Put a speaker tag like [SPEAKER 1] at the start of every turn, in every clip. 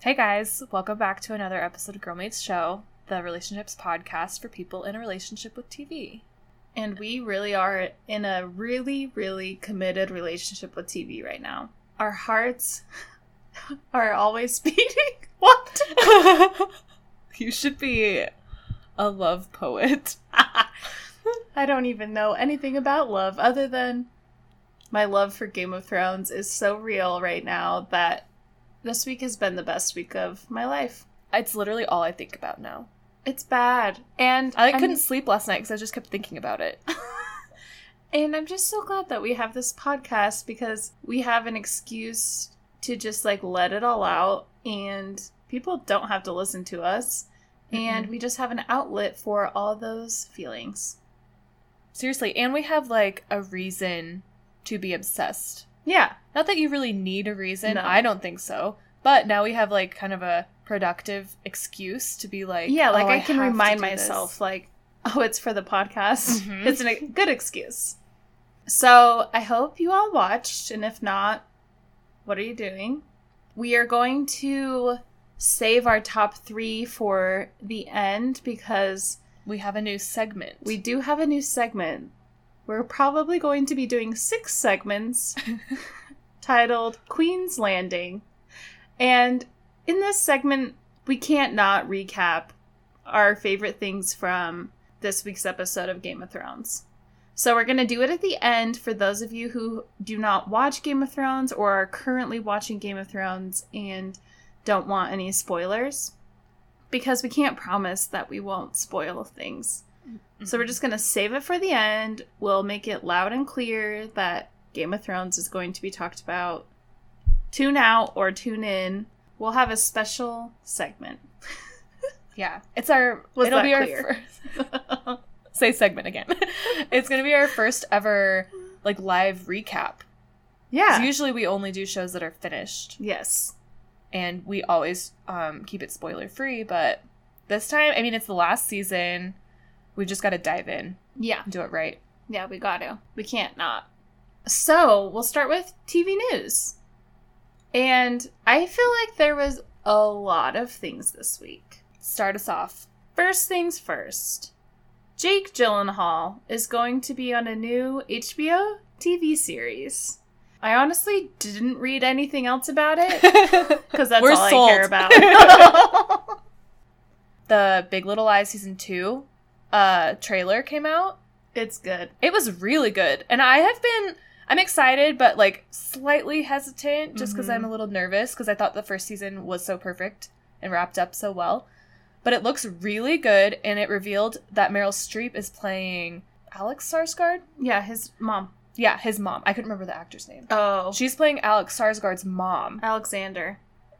[SPEAKER 1] Hey guys, welcome back to another episode of Girl Meets Show, the relationships podcast for people in a relationship with TV.
[SPEAKER 2] And we really are in a really, really committed relationship with TV right now. Our hearts are always beating. What?
[SPEAKER 1] you should be a love poet.
[SPEAKER 2] I don't even know anything about love other than my love for Game of Thrones is so real right now that this week has been the best week of my life.
[SPEAKER 1] It's literally all I think about now.
[SPEAKER 2] It's bad. And
[SPEAKER 1] I like,
[SPEAKER 2] I'm-
[SPEAKER 1] couldn't sleep last night because I just kept thinking about it.
[SPEAKER 2] And I'm just so glad that we have this podcast because we have an excuse to just like let it all out and people don't have to listen to us. And we just have an outlet for all those feelings.
[SPEAKER 1] Seriously, and we have like a reason to be obsessed.
[SPEAKER 2] Yeah.
[SPEAKER 1] Not that you really need a reason,
[SPEAKER 2] No.
[SPEAKER 1] I don't think so. But now we have like kind of a productive excuse to be like,
[SPEAKER 2] yeah. Like
[SPEAKER 1] "Oh,
[SPEAKER 2] I, can
[SPEAKER 1] have to
[SPEAKER 2] remind
[SPEAKER 1] do this."
[SPEAKER 2] myself, like, oh, it's for the podcast.
[SPEAKER 1] Mhm.
[SPEAKER 2] It's an, a good excuse. So I hope you all watched. And if not, what are you doing? We are going to save our top three for the end because
[SPEAKER 1] We have a new segment.
[SPEAKER 2] We do have a new segment. We're probably going to be doing six segments titled Queen's Landing. And in this segment, we can't not recap our favorite things from this week's episode of Game of Thrones. So we're going to do it at the end for those of you who do not watch Game of Thrones or are currently watching Game of Thrones and don't want any spoilers because we can't promise that we won't spoil things. So
[SPEAKER 1] Mm-hmm.
[SPEAKER 2] we're just going to save it for the end. We'll make it loud and clear that Game of Thrones is going to be talked about. Tune out or tune in. We'll have a special segment.
[SPEAKER 1] yeah, it's our.
[SPEAKER 2] Was
[SPEAKER 1] it'll
[SPEAKER 2] that
[SPEAKER 1] be our
[SPEAKER 2] clear?
[SPEAKER 1] first. Say segment again. it's gonna be our first ever like live recap. 'Cause
[SPEAKER 2] yeah.
[SPEAKER 1] Usually we only do shows that are finished,
[SPEAKER 2] Yes.
[SPEAKER 1] and we always um, keep it spoiler free. But this time, I mean, it's the last season. We just got to dive in
[SPEAKER 2] Yeah.
[SPEAKER 1] and do it right.
[SPEAKER 2] Yeah, we got to. We can't not. So we'll start with TV news. And I feel like there was a lot of things this week.
[SPEAKER 1] Start us off.
[SPEAKER 2] First things first. Jake Gyllenhaal is going to be on a new HBO TV series. I honestly didn't read anything else about it because that's
[SPEAKER 1] We're
[SPEAKER 2] all
[SPEAKER 1] sold.
[SPEAKER 2] I care about.
[SPEAKER 1] the Big Little Lies season two uh, trailer came out.
[SPEAKER 2] it's good.
[SPEAKER 1] It was really good. And I have been I'm excited but like slightly hesitant just because
[SPEAKER 2] Mhm.
[SPEAKER 1] I'm a little nervous because I thought the first season was so perfect and wrapped up so well. But it looks really good and it revealed that Meryl Streep is playing Alex Sarsgaard?
[SPEAKER 2] Yeah, his mom.
[SPEAKER 1] Yeah, his mom. I couldn't remember the actor's name.
[SPEAKER 2] Oh,
[SPEAKER 1] She's playing Alex Sarsgaard's mom.
[SPEAKER 2] Alexander.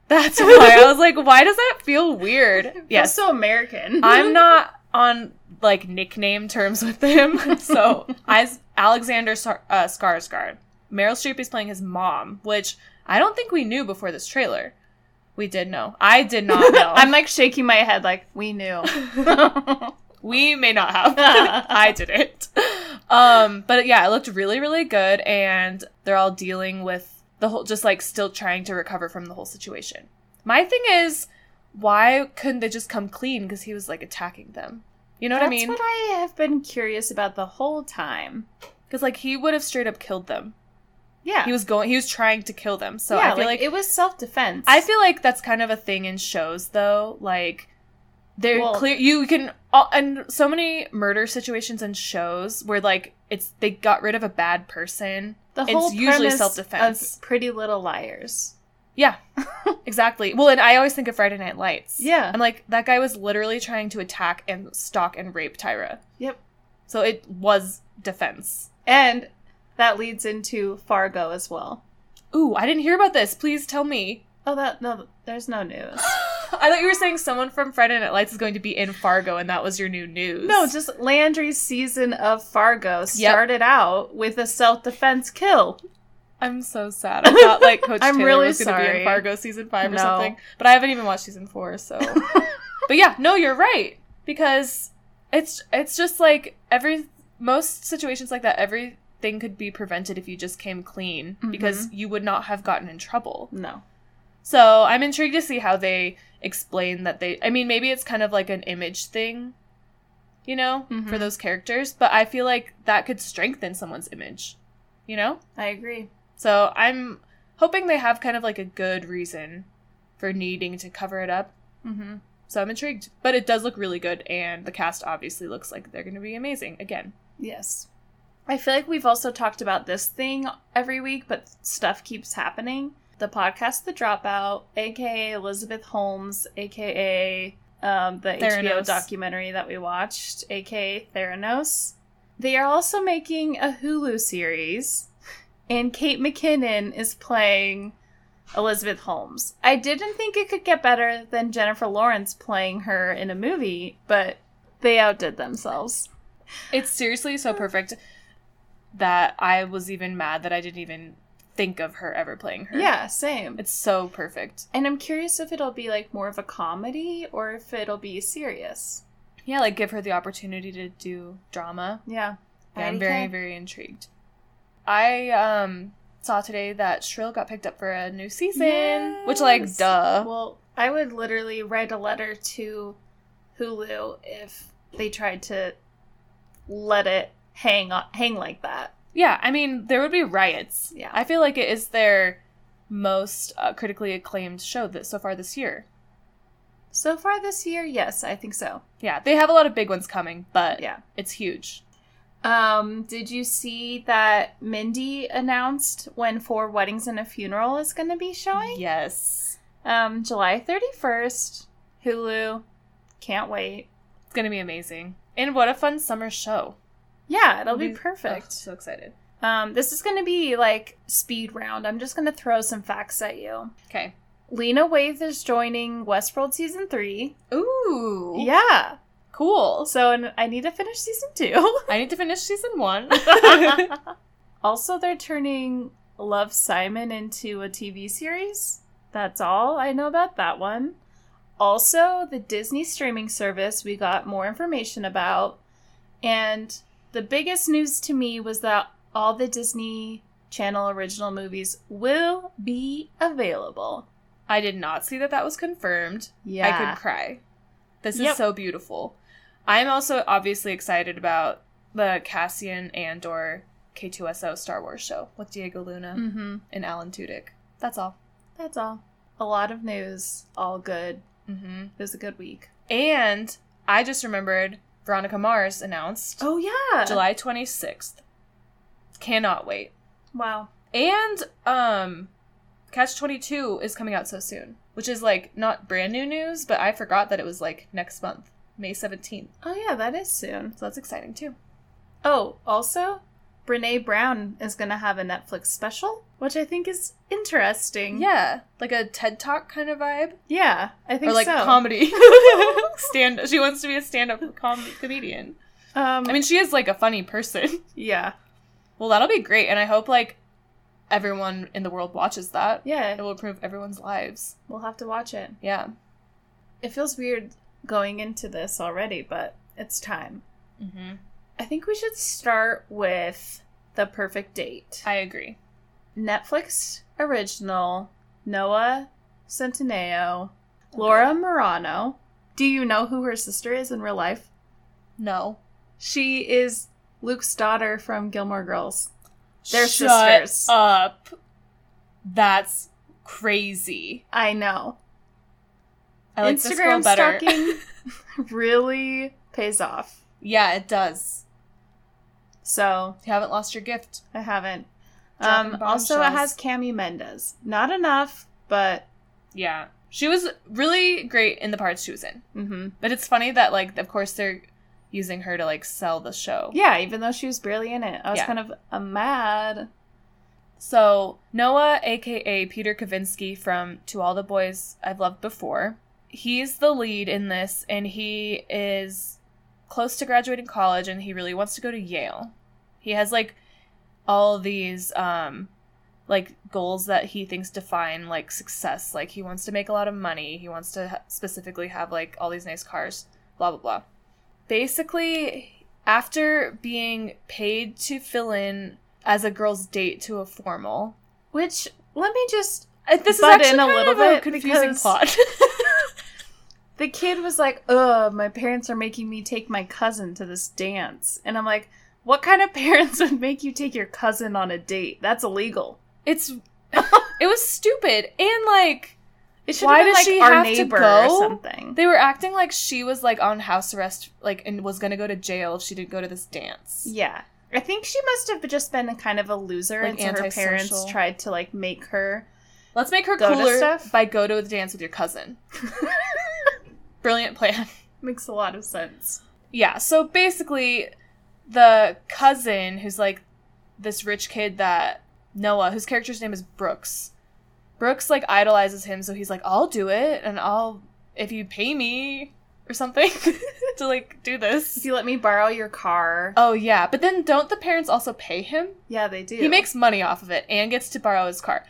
[SPEAKER 1] That's why I was like, why does that feel weird?
[SPEAKER 2] Yeah,
[SPEAKER 1] Yes.
[SPEAKER 2] so American.
[SPEAKER 1] I'm not on like nickname terms with him. So as Alexander Sar- uh, Skarsgård, Meryl Streep is playing his mom, which I don't think we knew before this trailer. We did know. I did not know.
[SPEAKER 2] I'm like shaking my head, like we knew.
[SPEAKER 1] we may not have. I didn't. Um, but yeah, it looked really, really good, and they're all dealing with the whole, just like still trying to recover from the whole situation. My thing is, why couldn't they just come clean? Because he was like attacking them. You know what I
[SPEAKER 2] That's
[SPEAKER 1] mean?
[SPEAKER 2] what I have been curious about the whole time.
[SPEAKER 1] Because like he would have straight up killed them.
[SPEAKER 2] Yeah,
[SPEAKER 1] He was going. He was trying to kill them. So
[SPEAKER 2] yeah,
[SPEAKER 1] I feel like,
[SPEAKER 2] it was self defense.
[SPEAKER 1] I feel like that's kind of a thing in shows though. Like they're
[SPEAKER 2] Well-
[SPEAKER 1] clear. You can all, and so many murder situations in shows where like it's they got rid of a bad person.
[SPEAKER 2] The
[SPEAKER 1] It's
[SPEAKER 2] whole
[SPEAKER 1] usually
[SPEAKER 2] premise
[SPEAKER 1] self-defense.
[SPEAKER 2] of Pretty Little Liars.
[SPEAKER 1] Yeah, exactly. Well, and I always think of Friday Night Lights.
[SPEAKER 2] Yeah.
[SPEAKER 1] I'm like that guy was literally trying to attack and stalk and rape Tyra.
[SPEAKER 2] Yep.
[SPEAKER 1] So it was defense.
[SPEAKER 2] And that leads into Fargo as well.
[SPEAKER 1] Ooh, I didn't hear about this. Please tell me.
[SPEAKER 2] Oh, that no, there's no news.
[SPEAKER 1] I thought you were saying someone from Friday Night Lights is going to be in Fargo, and that was your new news.
[SPEAKER 2] No, just Landry's season of Fargo
[SPEAKER 1] Yep.
[SPEAKER 2] started out with a self defense kill.
[SPEAKER 1] I'm so sad. I thought like Coach
[SPEAKER 2] I'm
[SPEAKER 1] Taylor
[SPEAKER 2] really
[SPEAKER 1] was going to be
[SPEAKER 2] sorry.
[SPEAKER 1] in Fargo season five or
[SPEAKER 2] No.
[SPEAKER 1] something, but I haven't even watched season four. So, but yeah, no, you're right because it's it's just like every most situations like that, Mm-hmm. everything could be prevented if you just came clean because you would not have gotten in trouble.
[SPEAKER 2] No.
[SPEAKER 1] So I'm intrigued to see how they explain that they. I mean, maybe it's kind of like an image thing, you know, for
[SPEAKER 2] Mhm.
[SPEAKER 1] those characters, but I feel like that could strengthen someone's image, you know?
[SPEAKER 2] I agree.
[SPEAKER 1] So I'm hoping they have kind of like a good reason for needing to cover it up.
[SPEAKER 2] Mm-hmm.
[SPEAKER 1] So I'm intrigued. But it does look really good, and the cast obviously looks like they're going to be amazing again.
[SPEAKER 2] Yes. I feel like we've also talked about this thing every week, but stuff keeps happening. The podcast The Dropout, aka Elizabeth Holmes, aka um, the HBO
[SPEAKER 1] Theranos.
[SPEAKER 2] documentary that we watched, aka Theranos. They are also making a Hulu series, and Kate McKinnon is playing Elizabeth Holmes. I didn't think it could get better than Jennifer Lawrence playing her in a movie, but they outdid themselves.
[SPEAKER 1] It's seriously so perfect that I was even mad that I didn't even think of her ever playing her.
[SPEAKER 2] Yeah, same.
[SPEAKER 1] It's so perfect.
[SPEAKER 2] And I'm curious if it'll be like more of a comedy or if it'll be serious.
[SPEAKER 1] Yeah, like give her the opportunity to do drama.
[SPEAKER 2] Yeah.
[SPEAKER 1] Yeah, I'm
[SPEAKER 2] Alrighty,
[SPEAKER 1] very,
[SPEAKER 2] Kat.
[SPEAKER 1] very intrigued. I um saw today that Shrill got picked up for a new season, which like
[SPEAKER 2] Yes.
[SPEAKER 1] duh.
[SPEAKER 2] Well, I would literally write a letter to Hulu if they tried to let it hang on, hang like that.
[SPEAKER 1] yeah, I mean there would be riots.
[SPEAKER 2] Yeah.
[SPEAKER 1] I feel like it is their most uh, critically acclaimed show that so far this year.
[SPEAKER 2] So far this year, yes, I think so.
[SPEAKER 1] Yeah, they have a lot of big ones coming, but
[SPEAKER 2] Yeah.
[SPEAKER 1] it's huge.
[SPEAKER 2] Um, did you see that Mindy announced when Four Weddings and a Funeral is going to be showing?
[SPEAKER 1] Yes,
[SPEAKER 2] Um, July 31st, Hulu. Can't wait.
[SPEAKER 1] it's gonna be amazing, and what a fun summer show!
[SPEAKER 2] Yeah, it'll be
[SPEAKER 1] Ugh,
[SPEAKER 2] perfect.
[SPEAKER 1] so excited.
[SPEAKER 2] Um, this is going to be like speed round. I'm just going to throw some facts at you.
[SPEAKER 1] Okay.
[SPEAKER 2] Lena Waithe is joining Westworld season three.
[SPEAKER 1] Ooh. Yeah.
[SPEAKER 2] Yeah.
[SPEAKER 1] Cool.
[SPEAKER 2] So and I need to finish season two.
[SPEAKER 1] I need to finish season one.
[SPEAKER 2] also, they're turning Love Simon into a TV series. That's all I know about that one. Also, the Disney streaming service we got more information about. And the biggest news to me was that all the Disney Channel original movies will be available.
[SPEAKER 1] I did not see that that was confirmed. I could cry. This
[SPEAKER 2] Yep.
[SPEAKER 1] is so beautiful. I'm also obviously excited about the Cassian Andor K2SO Star Wars show with Diego Luna
[SPEAKER 2] Mm-hmm.
[SPEAKER 1] and Alan Tudyk. That's all.
[SPEAKER 2] That's all. A lot of news. All good.
[SPEAKER 1] hmm
[SPEAKER 2] It was a good week.
[SPEAKER 1] And I just remembered Veronica Mars announced
[SPEAKER 2] Oh yeah.
[SPEAKER 1] July 26th. Cannot wait.
[SPEAKER 2] Wow.
[SPEAKER 1] And um Catch 22 is coming out so soon, which is like not brand new news, but I forgot that it was like next month, May 17th.
[SPEAKER 2] Oh yeah, that is soon.
[SPEAKER 1] So that's exciting too.
[SPEAKER 2] Oh, also, Brene Brown is going to have a Netflix special, which I think is interesting.
[SPEAKER 1] Yeah, like a TED Talk kind of vibe,
[SPEAKER 2] Yeah, I think
[SPEAKER 1] or like
[SPEAKER 2] so.
[SPEAKER 1] comedy. Stand. She wants to be a stand-up com- comedian.
[SPEAKER 2] um,
[SPEAKER 1] I mean, she is like a funny person.
[SPEAKER 2] yeah.
[SPEAKER 1] Well, that'll be great, and I hope like everyone in the world watches that. It
[SPEAKER 2] Yeah,
[SPEAKER 1] will improve everyone's lives.
[SPEAKER 2] we'll have to watch it.
[SPEAKER 1] Yeah.
[SPEAKER 2] It feels weird going into this already, but it's time.
[SPEAKER 1] Mm-hmm.
[SPEAKER 2] I think we should start with The Perfect Date.
[SPEAKER 1] I agree.
[SPEAKER 2] Netflix original, Noah Centineo, Laura Morano. Do you know who her sister is in real life?
[SPEAKER 1] No.
[SPEAKER 2] She is Luke's daughter from Gilmore Girls. They're
[SPEAKER 1] They're
[SPEAKER 2] sisters.
[SPEAKER 1] Up. That's crazy.
[SPEAKER 2] I know.
[SPEAKER 1] I like this girl better.
[SPEAKER 2] stalking really pays off.
[SPEAKER 1] Yeah, it does.
[SPEAKER 2] So
[SPEAKER 1] You haven't lost your gift.
[SPEAKER 2] I haven't.
[SPEAKER 1] Dropping
[SPEAKER 2] Um, also, it
[SPEAKER 1] bombshells.
[SPEAKER 2] has Cami Mendez. Not enough, but
[SPEAKER 1] Yeah, she was really great in the parts she was in.
[SPEAKER 2] hmm
[SPEAKER 1] But it's funny that like of course they're using her to like sell the show.
[SPEAKER 2] yeah. Even though she was barely in it, I was
[SPEAKER 1] Yeah.
[SPEAKER 2] kind of uh, mad.
[SPEAKER 1] So Noah, aka Peter Kavinsky from To All the Boys I've Loved Before, he's the lead in this and he is close to graduating college and he really wants to go to Yale. He has like all these um like goals that he thinks define like success. Like he wants to make a lot of money. He wants to ha- specifically have like all these nice cars, blah blah blah. Basically, after being paid to fill in as a girl's date to a formal.
[SPEAKER 2] Which let me just
[SPEAKER 1] Uh, This is
[SPEAKER 2] Butt
[SPEAKER 1] actually
[SPEAKER 2] in a
[SPEAKER 1] kind
[SPEAKER 2] little
[SPEAKER 1] of a
[SPEAKER 2] bit
[SPEAKER 1] confusing
[SPEAKER 2] because-
[SPEAKER 1] plot.
[SPEAKER 2] The kid was like, "Ugh, my parents are making me take my cousin to this dance," and I'm like, "What kind of parents would make you take your cousin on a date? That's illegal."
[SPEAKER 1] it's it was stupid and like
[SPEAKER 2] It should
[SPEAKER 1] Why
[SPEAKER 2] have been
[SPEAKER 1] does
[SPEAKER 2] like
[SPEAKER 1] she
[SPEAKER 2] our
[SPEAKER 1] have to
[SPEAKER 2] neighbor
[SPEAKER 1] go?
[SPEAKER 2] or something.
[SPEAKER 1] they were acting like she was like on house arrest like and was gonna go to jail if she didn't go to this dance.
[SPEAKER 2] Yeah. I think she must have just been a kind of a loser,
[SPEAKER 1] Like
[SPEAKER 2] and so her parents
[SPEAKER 1] antisocial.
[SPEAKER 2] tried to like make her.
[SPEAKER 1] Let's make her
[SPEAKER 2] Go to
[SPEAKER 1] cooler
[SPEAKER 2] stuff?
[SPEAKER 1] by go to the dance with your cousin. Brilliant plan.
[SPEAKER 2] Makes a lot of sense.
[SPEAKER 1] Yeah, so basically the cousin who's like this rich kid that Noah, whose character's name is Brooks. Brooks like idolizes him, so he's like, I'll do it and I'll if you pay me or something to like do
[SPEAKER 2] If
[SPEAKER 1] this.
[SPEAKER 2] you let me borrow your car,
[SPEAKER 1] Oh yeah, but then don't the parents also pay him?
[SPEAKER 2] yeah, they do.
[SPEAKER 1] He makes money off of it and gets to borrow his car.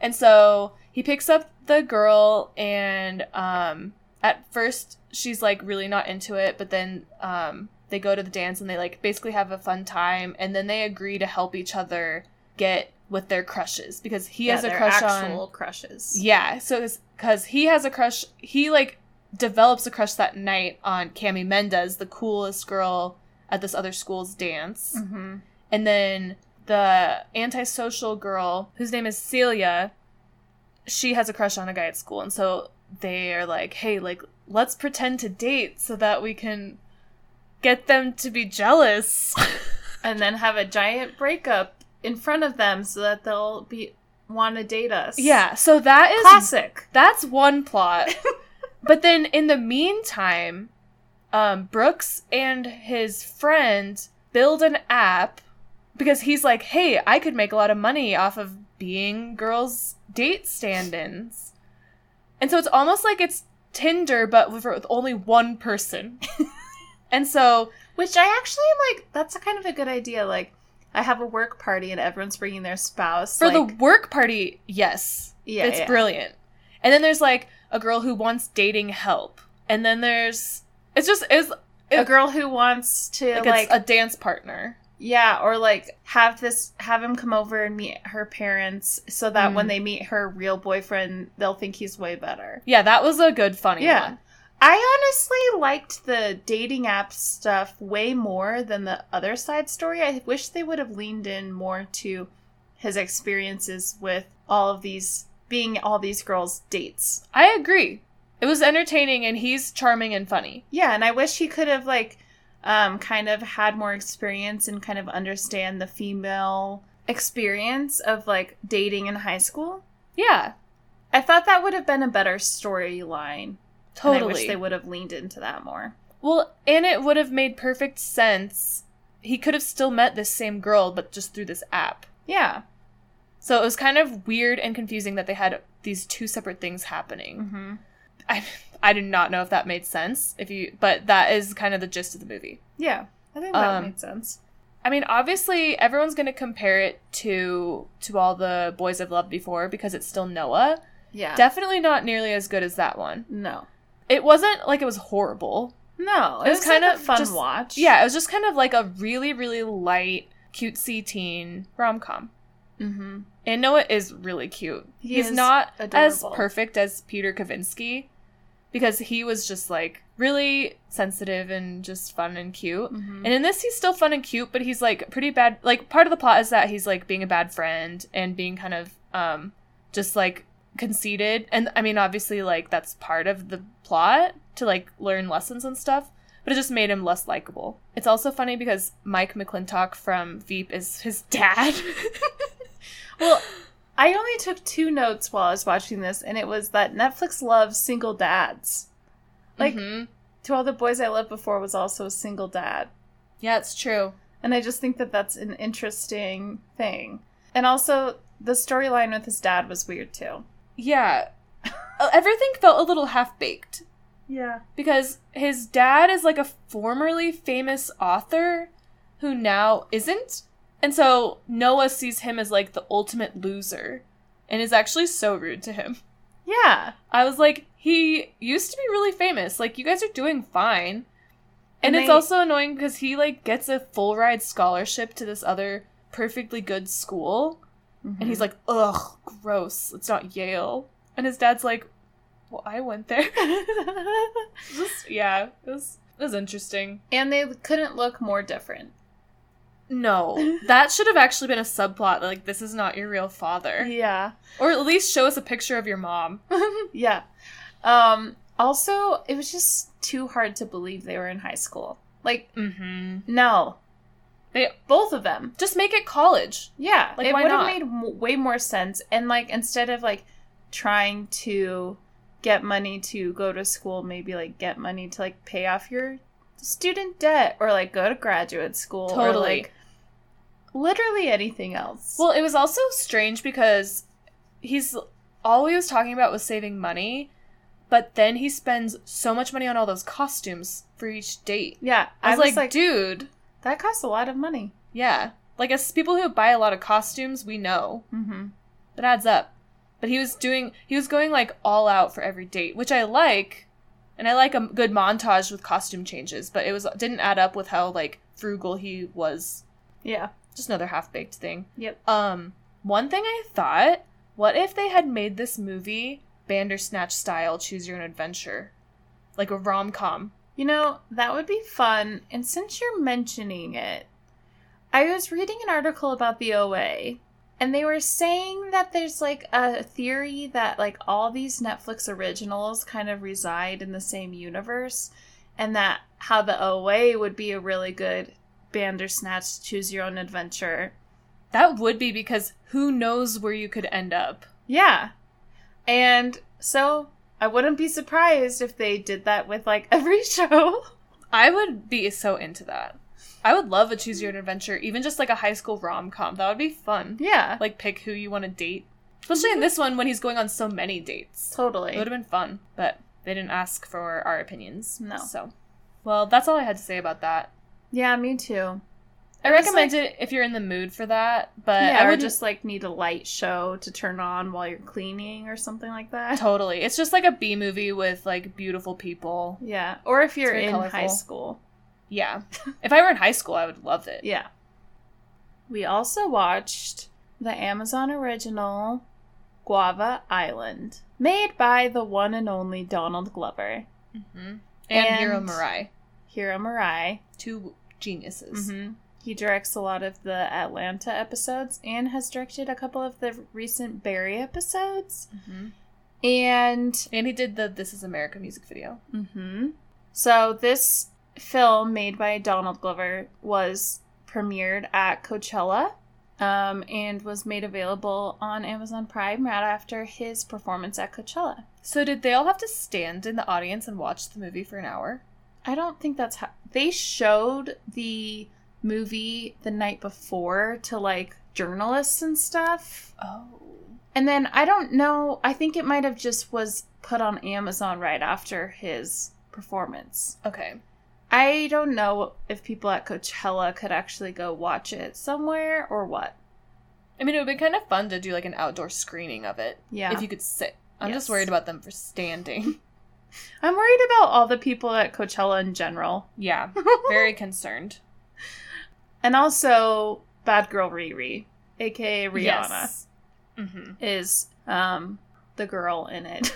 [SPEAKER 1] And so he picks up the girl and um at first she's like really not into it, but then um they go to the dance and they like basically have a fun time and then they agree to help each other get with their crushes because he
[SPEAKER 2] yeah,
[SPEAKER 1] has a
[SPEAKER 2] they're
[SPEAKER 1] crush
[SPEAKER 2] actual
[SPEAKER 1] on
[SPEAKER 2] crushes.
[SPEAKER 1] Yeah, so cuz he has a crush he like develops a crush that night on Cami Mendez, the coolest girl at this other school's dance.
[SPEAKER 2] hmm
[SPEAKER 1] And then the antisocial girl, whose name is Celia, she has a crush on a guy at school. And so they are like, hey, like, let's pretend to date so that we can get them to be jealous.
[SPEAKER 2] And then have a giant breakup in front of them so that they'll be want to date us.
[SPEAKER 1] yeah, so that is
[SPEAKER 2] classic.
[SPEAKER 1] that's one plot. but then in the meantime, um, Brooks and his friend build an app because he's like, hey, I could make a lot of money off of being girls' date stand ins. And so it's almost like it's Tinder, but with, with only one person. and so,
[SPEAKER 2] Which I actually am like. That's a kind of a good idea. Like, I have a work party and everyone's bringing their spouse.
[SPEAKER 1] for the
[SPEAKER 2] like,
[SPEAKER 1] work party, yes,
[SPEAKER 2] yeah,
[SPEAKER 1] it's
[SPEAKER 2] yeah.
[SPEAKER 1] brilliant. And then there's like a girl who wants dating help. And then there's, it's just, it's
[SPEAKER 2] a girl who wants to
[SPEAKER 1] like,
[SPEAKER 2] like,
[SPEAKER 1] it's a dance partner.
[SPEAKER 2] Yeah, or like have this have him come over and meet her parents so that when
[SPEAKER 1] Mm.
[SPEAKER 2] they meet her real boyfriend, they'll think he's way better.
[SPEAKER 1] Yeah, that was a good funny
[SPEAKER 2] Yeah.
[SPEAKER 1] one.
[SPEAKER 2] I honestly liked the dating app stuff way more than the other side story. I wish they would have leaned in more to his experiences with all of these being all these girls' dates.
[SPEAKER 1] I agree. It was entertaining and he's charming and funny.
[SPEAKER 2] Yeah, and I wish he could have like um kind of had more experience and kind of understand the female experience of like dating in high school.
[SPEAKER 1] Yeah,
[SPEAKER 2] I thought that would have been a better storyline.
[SPEAKER 1] totally.
[SPEAKER 2] And I wish they would have leaned into that more.
[SPEAKER 1] Well, and it would have made perfect sense. He could have still met this same girl, but just through this app.
[SPEAKER 2] Yeah.
[SPEAKER 1] So it was kind of weird and confusing that they had these two separate things happening.
[SPEAKER 2] Mm-hmm.
[SPEAKER 1] I, I do not know if that made sense. If you, but that is kind of the gist of the movie.
[SPEAKER 2] Yeah. I think that
[SPEAKER 1] Um,
[SPEAKER 2] made sense.
[SPEAKER 1] I mean, obviously, everyone's going to compare it to to all the boys I've loved before because it's still Noah.
[SPEAKER 2] Yeah.
[SPEAKER 1] Definitely not nearly as good as that one.
[SPEAKER 2] no.
[SPEAKER 1] It wasn't like it was horrible.
[SPEAKER 2] No. It,
[SPEAKER 1] It
[SPEAKER 2] was,
[SPEAKER 1] was kind
[SPEAKER 2] like a
[SPEAKER 1] of
[SPEAKER 2] fun
[SPEAKER 1] just-
[SPEAKER 2] watch.
[SPEAKER 1] Yeah, it was just kind of like a really, really light, cutesy teen rom com.
[SPEAKER 2] Mm-hmm.
[SPEAKER 1] And Noah is really cute.
[SPEAKER 2] He
[SPEAKER 1] He's
[SPEAKER 2] is
[SPEAKER 1] not
[SPEAKER 2] adorable.
[SPEAKER 1] as perfect as Peter Kavinsky because he was just like really sensitive and just fun and cute.
[SPEAKER 2] Mm-hmm.
[SPEAKER 1] And in this, he's still fun and cute, but he's like pretty bad. Like part of the plot is that he's like being a bad friend and being kind of um just like conceited. And I mean, obviously, like that's part of the plot to like learn lessons and stuff. But it just made him less likable. It's also funny because Mike McClintock from Veep is his dad.
[SPEAKER 2] Well, I only took two notes while I was watching this, and it was that Netflix loves single dads. Like-
[SPEAKER 1] Mhm.
[SPEAKER 2] To all the boys I loved before was also a single dad.
[SPEAKER 1] yeah, it's true.
[SPEAKER 2] And I just think that that's an interesting thing. And also, the storyline with his dad was weird too.
[SPEAKER 1] Yeah, Uh, everything felt a little half baked.
[SPEAKER 2] Yeah.
[SPEAKER 1] because his dad is like a formerly famous author who now isn't. And so Noah sees him as like the ultimate loser and is actually so rude to him.
[SPEAKER 2] Yeah.
[SPEAKER 1] I was like, he used to be really famous. Like, you guys are doing fine. And,
[SPEAKER 2] And
[SPEAKER 1] it's
[SPEAKER 2] they-
[SPEAKER 1] also annoying because he like gets a full ride scholarship to this other perfectly good school
[SPEAKER 2] Mm-hmm.
[SPEAKER 1] And he's like, ugh, gross. It's not Yale. And his dad's like, well, I went there. Just, yeah, it was, it was interesting.
[SPEAKER 2] and they couldn't look more different.
[SPEAKER 1] No, that should have actually been a subplot. Like, this is not your real father.
[SPEAKER 2] Yeah.
[SPEAKER 1] Or at least show us a picture of your mom.
[SPEAKER 2] Yeah. Um, also, it was just too hard to believe they were in high school. Like,
[SPEAKER 1] Mm-hmm.
[SPEAKER 2] no.
[SPEAKER 1] They-
[SPEAKER 2] both of them.
[SPEAKER 1] Just make it college.
[SPEAKER 2] Yeah,
[SPEAKER 1] Like,
[SPEAKER 2] it
[SPEAKER 1] why
[SPEAKER 2] would have
[SPEAKER 1] not?
[SPEAKER 2] made mo- way more sense. And like instead of like trying to get money to go to school, maybe like get money to like pay off your student debt or like go to graduate school or
[SPEAKER 1] Totally.
[SPEAKER 2] like literally anything else.
[SPEAKER 1] Well, it was also strange because he's all he was talking about was saving money, but then he spends so much money on all those costumes for each date.
[SPEAKER 2] yeah,
[SPEAKER 1] I was, like, dude,
[SPEAKER 2] that costs a lot of money.
[SPEAKER 1] yeah. Like as people who buy a lot of costumes, we know
[SPEAKER 2] Mm-hmm.
[SPEAKER 1] that adds up. But he was doing he was going like all out for every date, which I like, and I like a good montage with costume changes. But it was didn't add up with how like frugal he was
[SPEAKER 2] Yeah.
[SPEAKER 1] just another half baked thing.
[SPEAKER 2] Yep.
[SPEAKER 1] Um, one thing I thought, what if they had made this movie Bandersnatch style, choose your own adventure, like a rom com?
[SPEAKER 2] You know, that would be fun. And since you're mentioning it, I was reading an article about the OA, and they were saying that there's like a theory that like all these Netflix originals kind of reside in the same universe, and that how the OA would be a really good Bandersnatch choose your own adventure.
[SPEAKER 1] That would be because who knows where you could end up.
[SPEAKER 2] Yeah. And so I wouldn't be surprised if they did that with like every show.
[SPEAKER 1] I would be so into that. I would love a choose your own adventure, even just like a high school rom com. That would be fun.
[SPEAKER 2] Yeah.
[SPEAKER 1] Like pick who you want to date, especially in this one when he's going on so many dates.
[SPEAKER 2] Mm-hmm. Totally.
[SPEAKER 1] It would have been fun, but they didn't ask for our opinions.
[SPEAKER 2] No.
[SPEAKER 1] So, well, that's all I had to say about that.
[SPEAKER 2] Yeah, me too.
[SPEAKER 1] I
[SPEAKER 2] It's
[SPEAKER 1] recommend it if you're in the mood for that, but
[SPEAKER 2] yeah,
[SPEAKER 1] I
[SPEAKER 2] or
[SPEAKER 1] would just
[SPEAKER 2] just like need a light show to turn on while you're cleaning or something like that.
[SPEAKER 1] totally. It's just like a B movie with like beautiful people.
[SPEAKER 2] Yeah, or if you're
[SPEAKER 1] very
[SPEAKER 2] in high
[SPEAKER 1] colorful.
[SPEAKER 2] school.
[SPEAKER 1] Yeah. if I were in high school, I would love it.
[SPEAKER 2] Yeah. We also watched the Amazon original Guava Island, made by the one and only Donald Glover.
[SPEAKER 1] hmm And,
[SPEAKER 2] And-
[SPEAKER 1] Mira Marai,
[SPEAKER 2] Hira Marai.
[SPEAKER 1] two geniuses.
[SPEAKER 2] Mm-hmm. He directs a lot of the Atlanta episodes and has directed a couple of the recent Barry episodes.
[SPEAKER 1] hmm
[SPEAKER 2] And
[SPEAKER 1] And he did the This Is America music video.
[SPEAKER 2] Mm-hmm. So this film made by Donald Glover was premiered at Coachella um, and was made available on Amazon Prime right after his performance at Coachella.
[SPEAKER 1] So did they all have to stand in the audience and watch the movie for an hour?
[SPEAKER 2] I don't think that's how they showed the movie the night before to like journalists and stuff.
[SPEAKER 1] Oh.
[SPEAKER 2] And then I don't know, I think it might have just was put on Amazon right after his performance.
[SPEAKER 1] Okay.
[SPEAKER 2] I don't know if people at Coachella could actually go watch it somewhere or what.
[SPEAKER 1] I mean, it would be kind of fun to do like an outdoor screening of it
[SPEAKER 2] Yeah.
[SPEAKER 1] if you could sit. I'm just
[SPEAKER 2] Yes.
[SPEAKER 1] worried about them for standing.
[SPEAKER 2] I'm worried about all the people at Coachella in general.
[SPEAKER 1] yeah. Very concerned.
[SPEAKER 2] And also Bad Girl Riri, aka Rihanna,
[SPEAKER 1] hmm
[SPEAKER 2] is um the girl in it.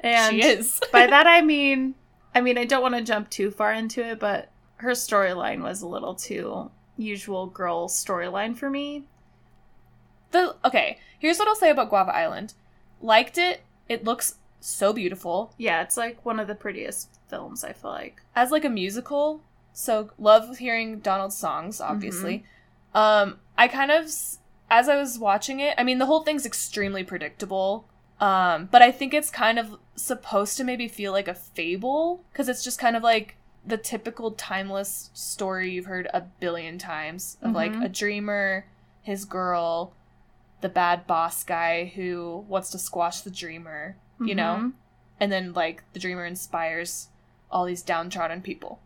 [SPEAKER 2] and
[SPEAKER 1] she is.
[SPEAKER 2] by that I mean I mean I don't want to jump too far into it, but her storyline was a little too usual girl storyline for me.
[SPEAKER 1] The okay. Here's what I'll say about Guava Island. Liked it. It looks so beautiful
[SPEAKER 2] Yeah, it's like one of the prettiest films I feel like.
[SPEAKER 1] as like a musical. So love hearing Donald's songs, obviously. Um, I kind of s- as I was watching it. I mean, the whole thing's extremely predictable. Um, but I think it's kind of supposed to maybe feel like a fable because it's just kind of like the typical timeless story you've heard a billion times of like
[SPEAKER 2] Mhm.
[SPEAKER 1] a dreamer, his girl, the bad boss guy who wants to squash the dreamer, you know,
[SPEAKER 2] Mhm.
[SPEAKER 1] and then like the dreamer inspires all these downtrodden people.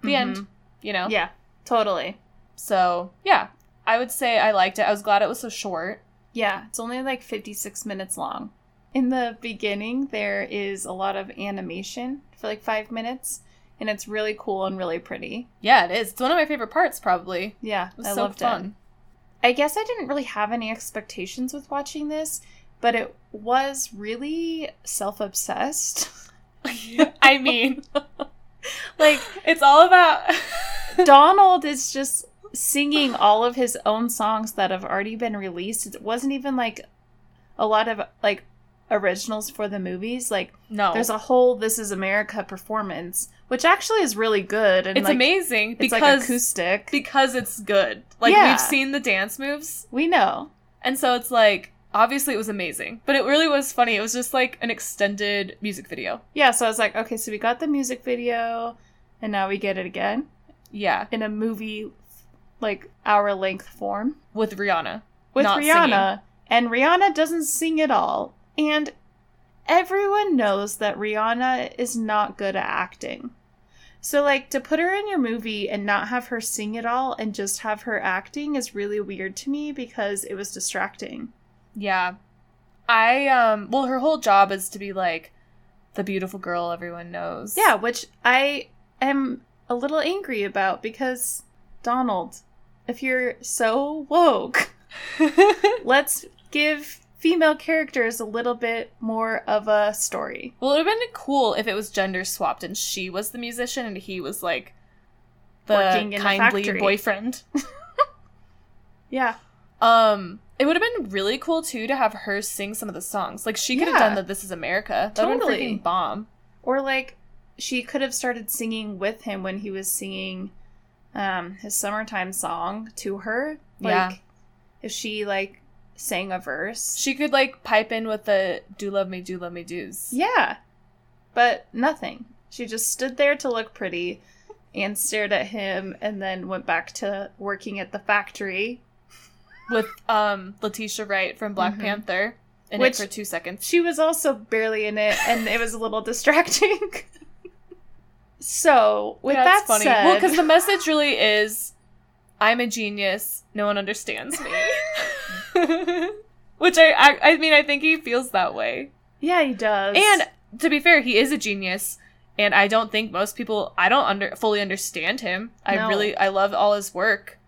[SPEAKER 1] The
[SPEAKER 2] Mhm.
[SPEAKER 1] end, you know?
[SPEAKER 2] Yeah, totally.
[SPEAKER 1] So, yeah, I would say I liked it. I was glad it was so short.
[SPEAKER 2] Yeah, it's only like 56 minutes long. In the beginning, there is a lot of animation for like five minutes, and it's really cool and really pretty.
[SPEAKER 1] Yeah, it is. It's one of my favorite parts, probably.
[SPEAKER 2] Yeah,
[SPEAKER 1] It was
[SPEAKER 2] I
[SPEAKER 1] so
[SPEAKER 2] loved
[SPEAKER 1] fun.
[SPEAKER 2] it. I guess I didn't really have any expectations with watching this, but it was really self obsessed.
[SPEAKER 1] I mean,
[SPEAKER 2] like,
[SPEAKER 1] it's all about.
[SPEAKER 2] Donald is just singing all of his own songs that have already been released. It wasn't even like a lot of like originals for the movies. Like,
[SPEAKER 1] no,
[SPEAKER 2] there's a whole This Is America performance, which actually is really good. And
[SPEAKER 1] it's
[SPEAKER 2] like,
[SPEAKER 1] amazing
[SPEAKER 2] It's
[SPEAKER 1] because
[SPEAKER 2] like acoustic.
[SPEAKER 1] because it's good. Like
[SPEAKER 2] Yeah.
[SPEAKER 1] we've seen the dance moves,
[SPEAKER 2] we know.
[SPEAKER 1] and so it's like obviously it was amazing, but it really was funny. It was just like an extended music video.
[SPEAKER 2] Yeah, so I was like, okay, so we got the music video, and now we get it again
[SPEAKER 1] Yeah,
[SPEAKER 2] in a movie, like hour length form
[SPEAKER 1] with Rihanna.
[SPEAKER 2] with
[SPEAKER 1] Not
[SPEAKER 2] Rihanna. And Rihanna doesn't sing at all. And everyone knows that Rihanna is not good at acting. So, like, to put her in your movie and not have her sing at all and just have her acting is really weird to me because it was distracting.
[SPEAKER 1] Yeah, I um. Well, her whole job is to be like the beautiful girl everyone knows.
[SPEAKER 2] Yeah, which I am a little angry about because, Donald, if you're so woke, let's give female characters a little bit more of a story.
[SPEAKER 1] Well, it would have been cool if it was gender swapped and she was the musician and he was like the
[SPEAKER 2] Working in a
[SPEAKER 1] kindly
[SPEAKER 2] factory.
[SPEAKER 1] boyfriend.
[SPEAKER 2] Yeah.
[SPEAKER 1] Um, it would have been really cool too to have her sing some of the songs. Like she could have
[SPEAKER 2] Yeah.
[SPEAKER 1] done the "This Is America." That would have
[SPEAKER 2] Totally.
[SPEAKER 1] been freaking bomb.
[SPEAKER 2] Or like she could have started singing with him when he was singing um his summertime song to her. Like
[SPEAKER 1] Yeah.
[SPEAKER 2] if she like sang a verse.
[SPEAKER 1] She could like pipe in with the "Do Love Me, Do Love Me" do's.
[SPEAKER 2] yeah. But nothing. She just stood there to look pretty and stared at him and then went back to working at the factory.
[SPEAKER 1] with um Letitia Wright from Black
[SPEAKER 2] Mhm.
[SPEAKER 1] Panther in
[SPEAKER 2] Which-
[SPEAKER 1] it for two seconds.
[SPEAKER 2] She was also barely in it and it was a little distracting. so, with
[SPEAKER 1] That's
[SPEAKER 2] that said,
[SPEAKER 1] well, because the message really is, "I'm a genius. No one understands me." Which I, I, I mean, I think he feels that way.
[SPEAKER 2] yeah, he does.
[SPEAKER 1] And to be fair, he is a genius, and I don't think most people I don't under fully understand him. I
[SPEAKER 2] No.
[SPEAKER 1] really I love all his work,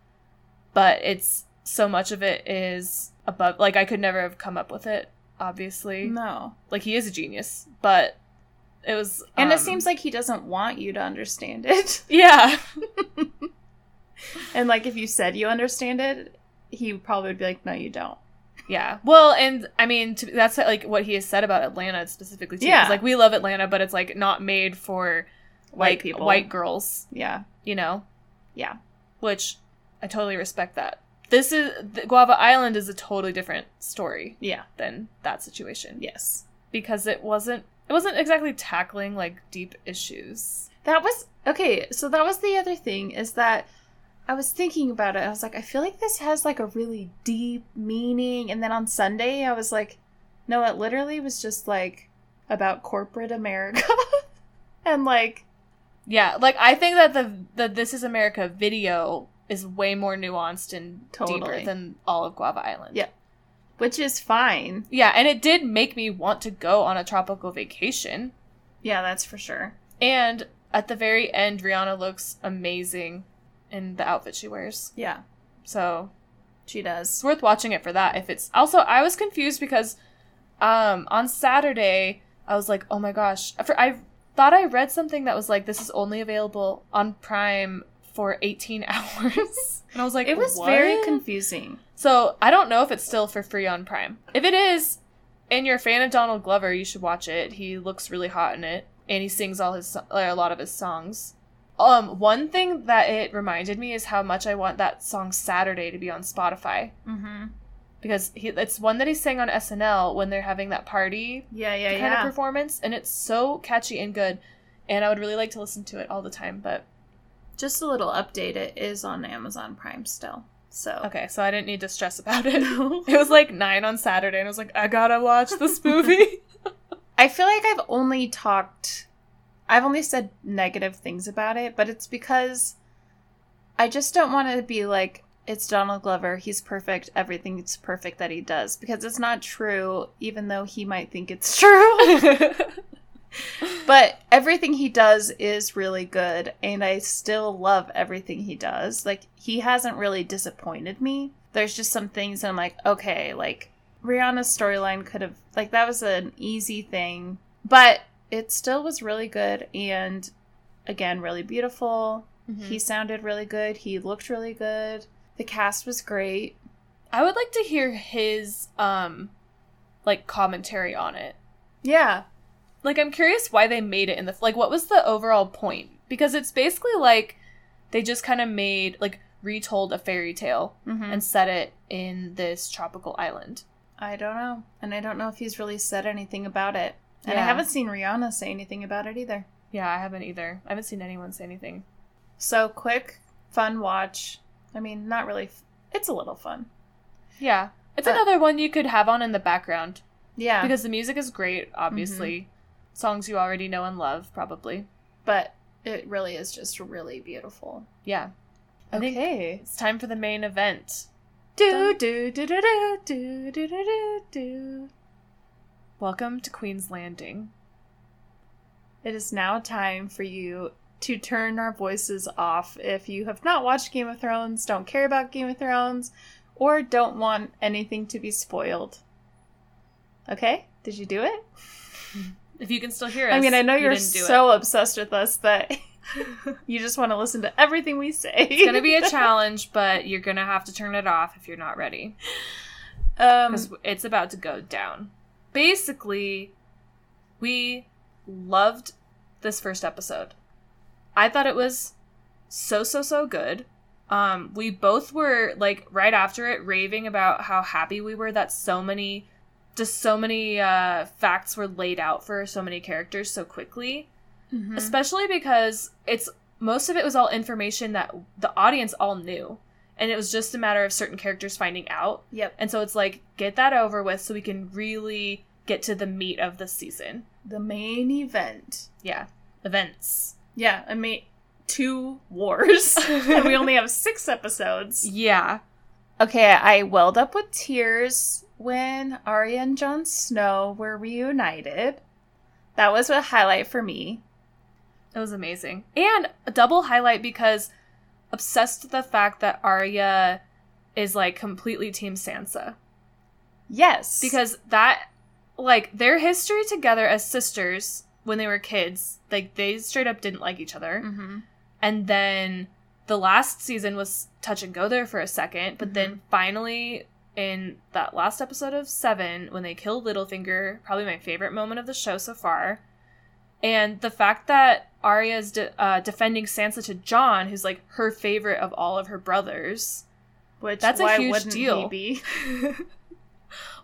[SPEAKER 1] but it's so much of it is above like I could never have come up with it. Obviously,
[SPEAKER 2] no.
[SPEAKER 1] like he is a genius, but it was
[SPEAKER 2] And
[SPEAKER 1] um,
[SPEAKER 2] it seems like he doesn't want you to understand it.
[SPEAKER 1] yeah,
[SPEAKER 2] and like if you said you understand it, he probably would be like, "No, you don't."
[SPEAKER 1] yeah. Well, and I mean to, that's like what he has said about Atlanta specifically. Too, 'cause,
[SPEAKER 2] Yeah.
[SPEAKER 1] like we love Atlanta, but it's like not made for
[SPEAKER 2] White
[SPEAKER 1] like,
[SPEAKER 2] people.
[SPEAKER 1] white girls.
[SPEAKER 2] Yeah.
[SPEAKER 1] you know?
[SPEAKER 2] Yeah.
[SPEAKER 1] Which I totally respect that. This is the, Guava Island is a totally different story
[SPEAKER 2] Yeah.
[SPEAKER 1] than that situation.
[SPEAKER 2] Yes.
[SPEAKER 1] Because it wasn't it wasn't exactly tackling like deep issues.
[SPEAKER 2] That was okay. So that was the other thing is that I was thinking about it. I was like, I feel like this has like a really deep meaning. And then on Sunday, I was like, no, it literally was just like about corporate America and like
[SPEAKER 1] Yeah, like I think that the the This Is America video is way more nuanced and
[SPEAKER 2] Totally.
[SPEAKER 1] deeper than all of Guava Island.
[SPEAKER 2] Yeah. which is fine.
[SPEAKER 1] Yeah, and it did make me want to go on a tropical vacation.
[SPEAKER 2] Yeah, that's for sure.
[SPEAKER 1] And at the very end Rihanna looks amazing in the outfit she wears.
[SPEAKER 2] Yeah,
[SPEAKER 1] So
[SPEAKER 2] she does.
[SPEAKER 1] it's worth watching it for that if it's also i was confused because um on saturday i was like oh my gosh for i thought i read something that was like this is only available on prime for 18 hours and i was like
[SPEAKER 2] It was
[SPEAKER 1] "What?"
[SPEAKER 2] very confusing.
[SPEAKER 1] so i don't know if it's still for free on prime if it is and you're a fan of donald glover you should watch it he looks really hot in it and he sings all his so- like, a lot of his songs um one thing that it reminded me is how much i want that song saturday to be on spotify
[SPEAKER 2] Mm-hmm.
[SPEAKER 1] because he, it's one that he sang on SNL when they're having that party
[SPEAKER 2] Yeah, yeah,
[SPEAKER 1] kind of performance, and it's so catchy and good. And I would really like to listen to it all the time, but
[SPEAKER 2] Just a little update. It is on Amazon Prime still. So
[SPEAKER 1] okay, so I didn't need to stress about it. It was like nine on Saturday, and I was like, I gotta watch this movie.
[SPEAKER 2] I feel like I've only talked, I've only said negative things about it, but it's because I just don't want to be like it's Donald Glover. He's perfect. Everything's perfect that he does because it's not true, even though he might think it's true. But everything he does is really good, and I still love everything he does. Like, he hasn't really disappointed me. there's just some things that I'm like, okay, like Rihanna's storyline could have like that was an easy thing, but it still was really good and again really beautiful.
[SPEAKER 1] Mm-hmm.
[SPEAKER 2] He sounded really good. He looked really good. The cast was great.
[SPEAKER 1] I would like to hear his um like commentary on it.
[SPEAKER 2] Yeah.
[SPEAKER 1] Like I'm curious why they made it in the like what was the overall point? Because it's basically like they just kind of made like retold a fairy tale
[SPEAKER 2] Mm-hmm.
[SPEAKER 1] and set it in this tropical island.
[SPEAKER 2] I don't know. And I don't know if he's really said anything about it. And I
[SPEAKER 1] Yeah.
[SPEAKER 2] haven't seen Rihanna say anything about it either.
[SPEAKER 1] Yeah, I haven't either. I haven't seen anyone say anything.
[SPEAKER 2] So quick, fun watch. I mean, not really. F- it's a little fun.
[SPEAKER 1] Yeah. It's
[SPEAKER 2] Uh,
[SPEAKER 1] another one you could have on in the background
[SPEAKER 2] Yeah. Mm-hmm.
[SPEAKER 1] because the music is great, obviously. Songs you already know and love, probably.
[SPEAKER 2] but it really is just really beautiful.
[SPEAKER 1] Yeah. I think
[SPEAKER 2] Okay.
[SPEAKER 1] it's time for the main event.
[SPEAKER 2] Do do do do do do do do do do.
[SPEAKER 1] Welcome to Queen's Landing.
[SPEAKER 2] It is now time for you to turn our voices off. If you have not watched Game of Thrones, don't care about Game of Thrones, or don't want anything to be spoiled. Okay? Did you do it?
[SPEAKER 1] If you can still hear us.
[SPEAKER 2] I mean, I know
[SPEAKER 1] you
[SPEAKER 2] you're
[SPEAKER 1] didn't do
[SPEAKER 2] so obsessed with us that you just want to listen to everything we say.
[SPEAKER 1] It's going to be a challenge, but you're going to have to turn it off if you're not ready
[SPEAKER 2] um,
[SPEAKER 1] because it's about to go down. Basically, we loved this first episode. I thought it was so so so good. Um we both were like right after it raving about how happy we were that so many just so many uh facts were laid out for so many characters so quickly.
[SPEAKER 2] mhm.
[SPEAKER 1] especially because it's most of it was all information that the audience all knew and it was just a matter of certain characters finding out
[SPEAKER 2] Yep.
[SPEAKER 1] and so it's like get that over with so we can really get to the meat of the season
[SPEAKER 2] The main event.
[SPEAKER 1] yeah events
[SPEAKER 2] Yeah, I mean, two wars. and we only have six episodes.
[SPEAKER 1] yeah
[SPEAKER 2] Okay, I welled up with tears when Arya and Jon Snow were reunited. That was a highlight for me.
[SPEAKER 1] it was amazing and a double highlight because obsessed with the fact that Arya is like completely team Sansa
[SPEAKER 2] Yes.
[SPEAKER 1] because that like their history together as sisters when they were kids like they straight up didn't like each other
[SPEAKER 2] Mhm.
[SPEAKER 1] and then the last season was touch and go there for a second but then finally in that last episode of seven when they kill Littlefinger probably my favorite moment of the show so far and the fact that Arya is de- uh, defending Sansa to John who's like her favorite of all of her brothers
[SPEAKER 2] which
[SPEAKER 1] that's a
[SPEAKER 2] why
[SPEAKER 1] huge
[SPEAKER 2] wouldn't
[SPEAKER 1] deal.
[SPEAKER 2] he be?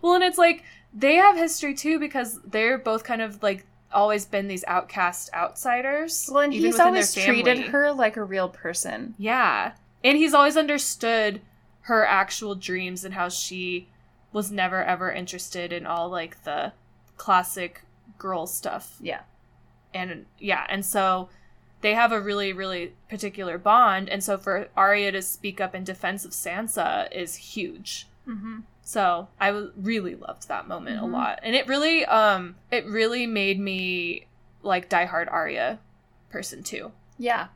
[SPEAKER 1] Well, and it's like they have history too because they're both kind of like always been these outcast outsiders.
[SPEAKER 2] Well, and
[SPEAKER 1] even
[SPEAKER 2] he's
[SPEAKER 1] within
[SPEAKER 2] always
[SPEAKER 1] their
[SPEAKER 2] treated
[SPEAKER 1] family.
[SPEAKER 2] her like a real person.
[SPEAKER 1] Yeah. And he's always understood her actual dreams and how she was never ever interested in all like the classic girl stuff.
[SPEAKER 2] Yeah.
[SPEAKER 1] And yeah, and so they have a really, really particular bond. And so for Arya to speak up in defense of Sansa is huge.
[SPEAKER 2] Mm-hmm.
[SPEAKER 1] So I w- really loved that moment
[SPEAKER 2] Mhm.
[SPEAKER 1] a lot, and it really, um, it really made me like diehard Arya person too.
[SPEAKER 2] Yeah.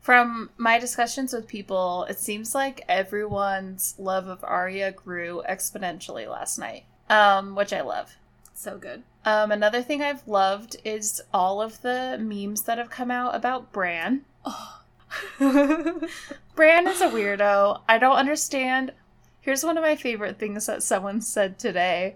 [SPEAKER 2] From my discussions with people, it seems like everyone's love of Arya grew exponentially last night, um, which I love.
[SPEAKER 1] So good.
[SPEAKER 2] Um, another thing I've loved is all of the memes that have come out about Bran.
[SPEAKER 1] Oh.
[SPEAKER 2] Bran is a weirdo. I don't understand. Here's one of my favorite things that someone said today.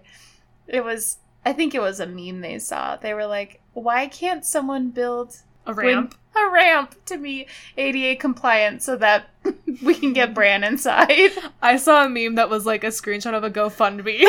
[SPEAKER 2] It was, I think it was a meme they saw. They were like, why can't someone build
[SPEAKER 1] A ramp.
[SPEAKER 2] a ramp to be ADA compliant so that we can get Bran inside?
[SPEAKER 1] I saw a meme that was like a screenshot of a GoFundMe.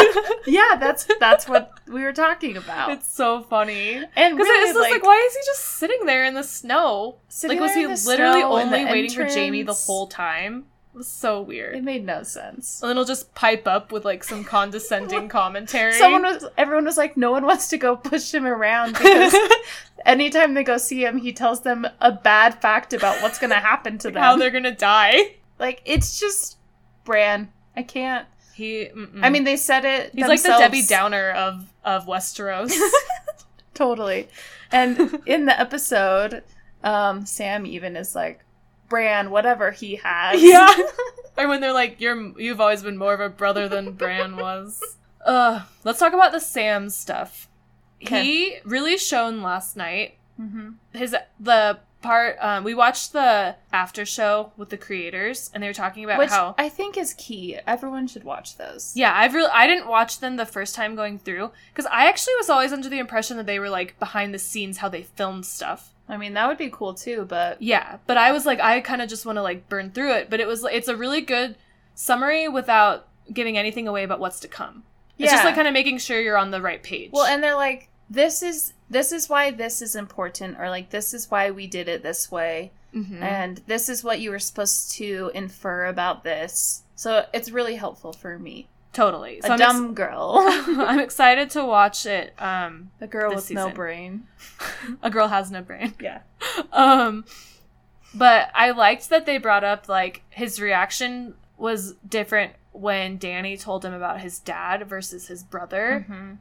[SPEAKER 2] yeah, that's that's what we were talking about.
[SPEAKER 1] it's so funny
[SPEAKER 2] and
[SPEAKER 1] because
[SPEAKER 2] really,
[SPEAKER 1] it's just like,
[SPEAKER 2] like
[SPEAKER 1] why is he just sitting there in the snow?
[SPEAKER 2] sitting
[SPEAKER 1] like, was
[SPEAKER 2] there
[SPEAKER 1] he
[SPEAKER 2] in the
[SPEAKER 1] literally
[SPEAKER 2] snow in the
[SPEAKER 1] only waiting for Jamie the
[SPEAKER 2] entrance?
[SPEAKER 1] whole time? It was so
[SPEAKER 2] It
[SPEAKER 1] weird.
[SPEAKER 2] made no sense.
[SPEAKER 1] And then he'll just pipe up with like some condescending commentary.
[SPEAKER 2] Someone was everyone was like, no one wants to go push him around because anytime they go see him, he tells them a bad fact about what's gonna happen to
[SPEAKER 1] how
[SPEAKER 2] them.
[SPEAKER 1] they're gonna die.
[SPEAKER 2] Like it's just Bran. I can't.
[SPEAKER 1] He. mm-mm.
[SPEAKER 2] I mean, they said it.
[SPEAKER 1] Hmm. He's like the Debbie
[SPEAKER 2] themselves.
[SPEAKER 1] Downer of of Westeros.
[SPEAKER 2] Totally. And in the episode, um, Sam even is like, Bran, whatever he has.
[SPEAKER 1] Or when they're like, "You're you've always been more of a brother than Bran was." Uh, let's talk about the Sam stuff.
[SPEAKER 2] 'Kay.
[SPEAKER 1] He really shone last night.
[SPEAKER 2] Mm-hmm.
[SPEAKER 1] His the part um, we watched the after show with the creators, and they were talking about
[SPEAKER 2] Which
[SPEAKER 1] how
[SPEAKER 2] I think is key. Everyone should watch those.
[SPEAKER 1] Yeah, I've really I didn't watch them the first time going through because I actually was always under the impression that they were like behind the scenes how they filmed stuff.
[SPEAKER 2] I mean, that would be cool too, but
[SPEAKER 1] Yeah, but I was like I kind of just want to like burn through it, but it was it's a really good summary without giving anything away about what's to come. It's just like kind of making sure you're on the right page.
[SPEAKER 2] Well, and they're like, this is this is why this is important, or like this is why we did it this way,
[SPEAKER 1] Mhm.
[SPEAKER 2] and this is what you were supposed to infer about this. So it's really helpful for me,
[SPEAKER 1] totally. So
[SPEAKER 2] a
[SPEAKER 1] I'm, ex-
[SPEAKER 2] dumb girl,
[SPEAKER 1] I'm excited to watch it. Um,
[SPEAKER 2] a girl
[SPEAKER 1] This
[SPEAKER 2] with no
[SPEAKER 1] season.
[SPEAKER 2] brain.
[SPEAKER 1] a girl has no brain.
[SPEAKER 2] Yeah.
[SPEAKER 1] um but i liked that they brought up like his reaction was different when danny told him about his dad versus his brother
[SPEAKER 2] Mm-hmm.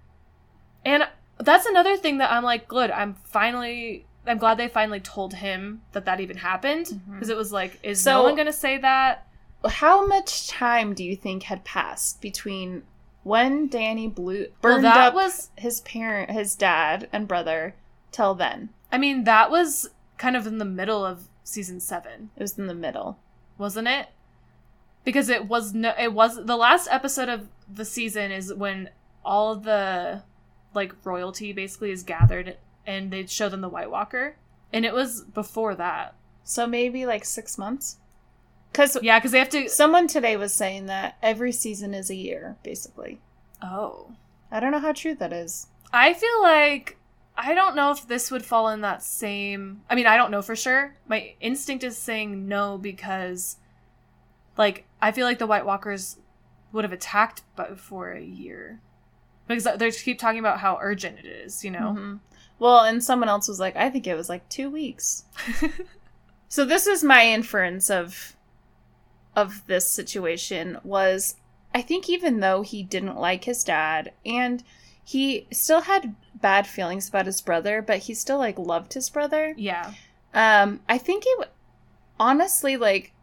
[SPEAKER 1] and that's another thing that i'm like good i'm finally i'm glad they finally told him that that even happened
[SPEAKER 2] Mhm.
[SPEAKER 1] because it was like is
[SPEAKER 2] So-
[SPEAKER 1] no one gonna say that
[SPEAKER 2] How much time do you think had passed between when Danny blew
[SPEAKER 1] well
[SPEAKER 2] burned
[SPEAKER 1] that
[SPEAKER 2] up
[SPEAKER 1] was
[SPEAKER 2] his parent, his dad, and brother till then?
[SPEAKER 1] i mean that was kind of in the middle of season seven
[SPEAKER 2] It was in the middle.
[SPEAKER 1] wasn't it? Because it was no, it was the last episode of the season is when all of the like royalty basically is gathered and they show them the White Walker, and it was before that.
[SPEAKER 2] So maybe like six months? Because
[SPEAKER 1] Yeah, because they have to.
[SPEAKER 2] someone today was saying that every season is a year, basically.
[SPEAKER 1] Oh,
[SPEAKER 2] I don't know how true that is.
[SPEAKER 1] I feel like I don't know if this would fall in that same. I mean, I don't know for sure. My instinct is saying no because, like, I feel like the White Walkers would have attacked but for a year because they keep talking about how urgent it is. You know.
[SPEAKER 2] Mhm. Well, and someone else was like, I think it was like two weeks. so this is my inference of of this situation was I think even though he didn't like his dad and he still had bad feelings about his brother, but he still like loved his brother.
[SPEAKER 1] Yeah.
[SPEAKER 2] Um, I think it w- honestly like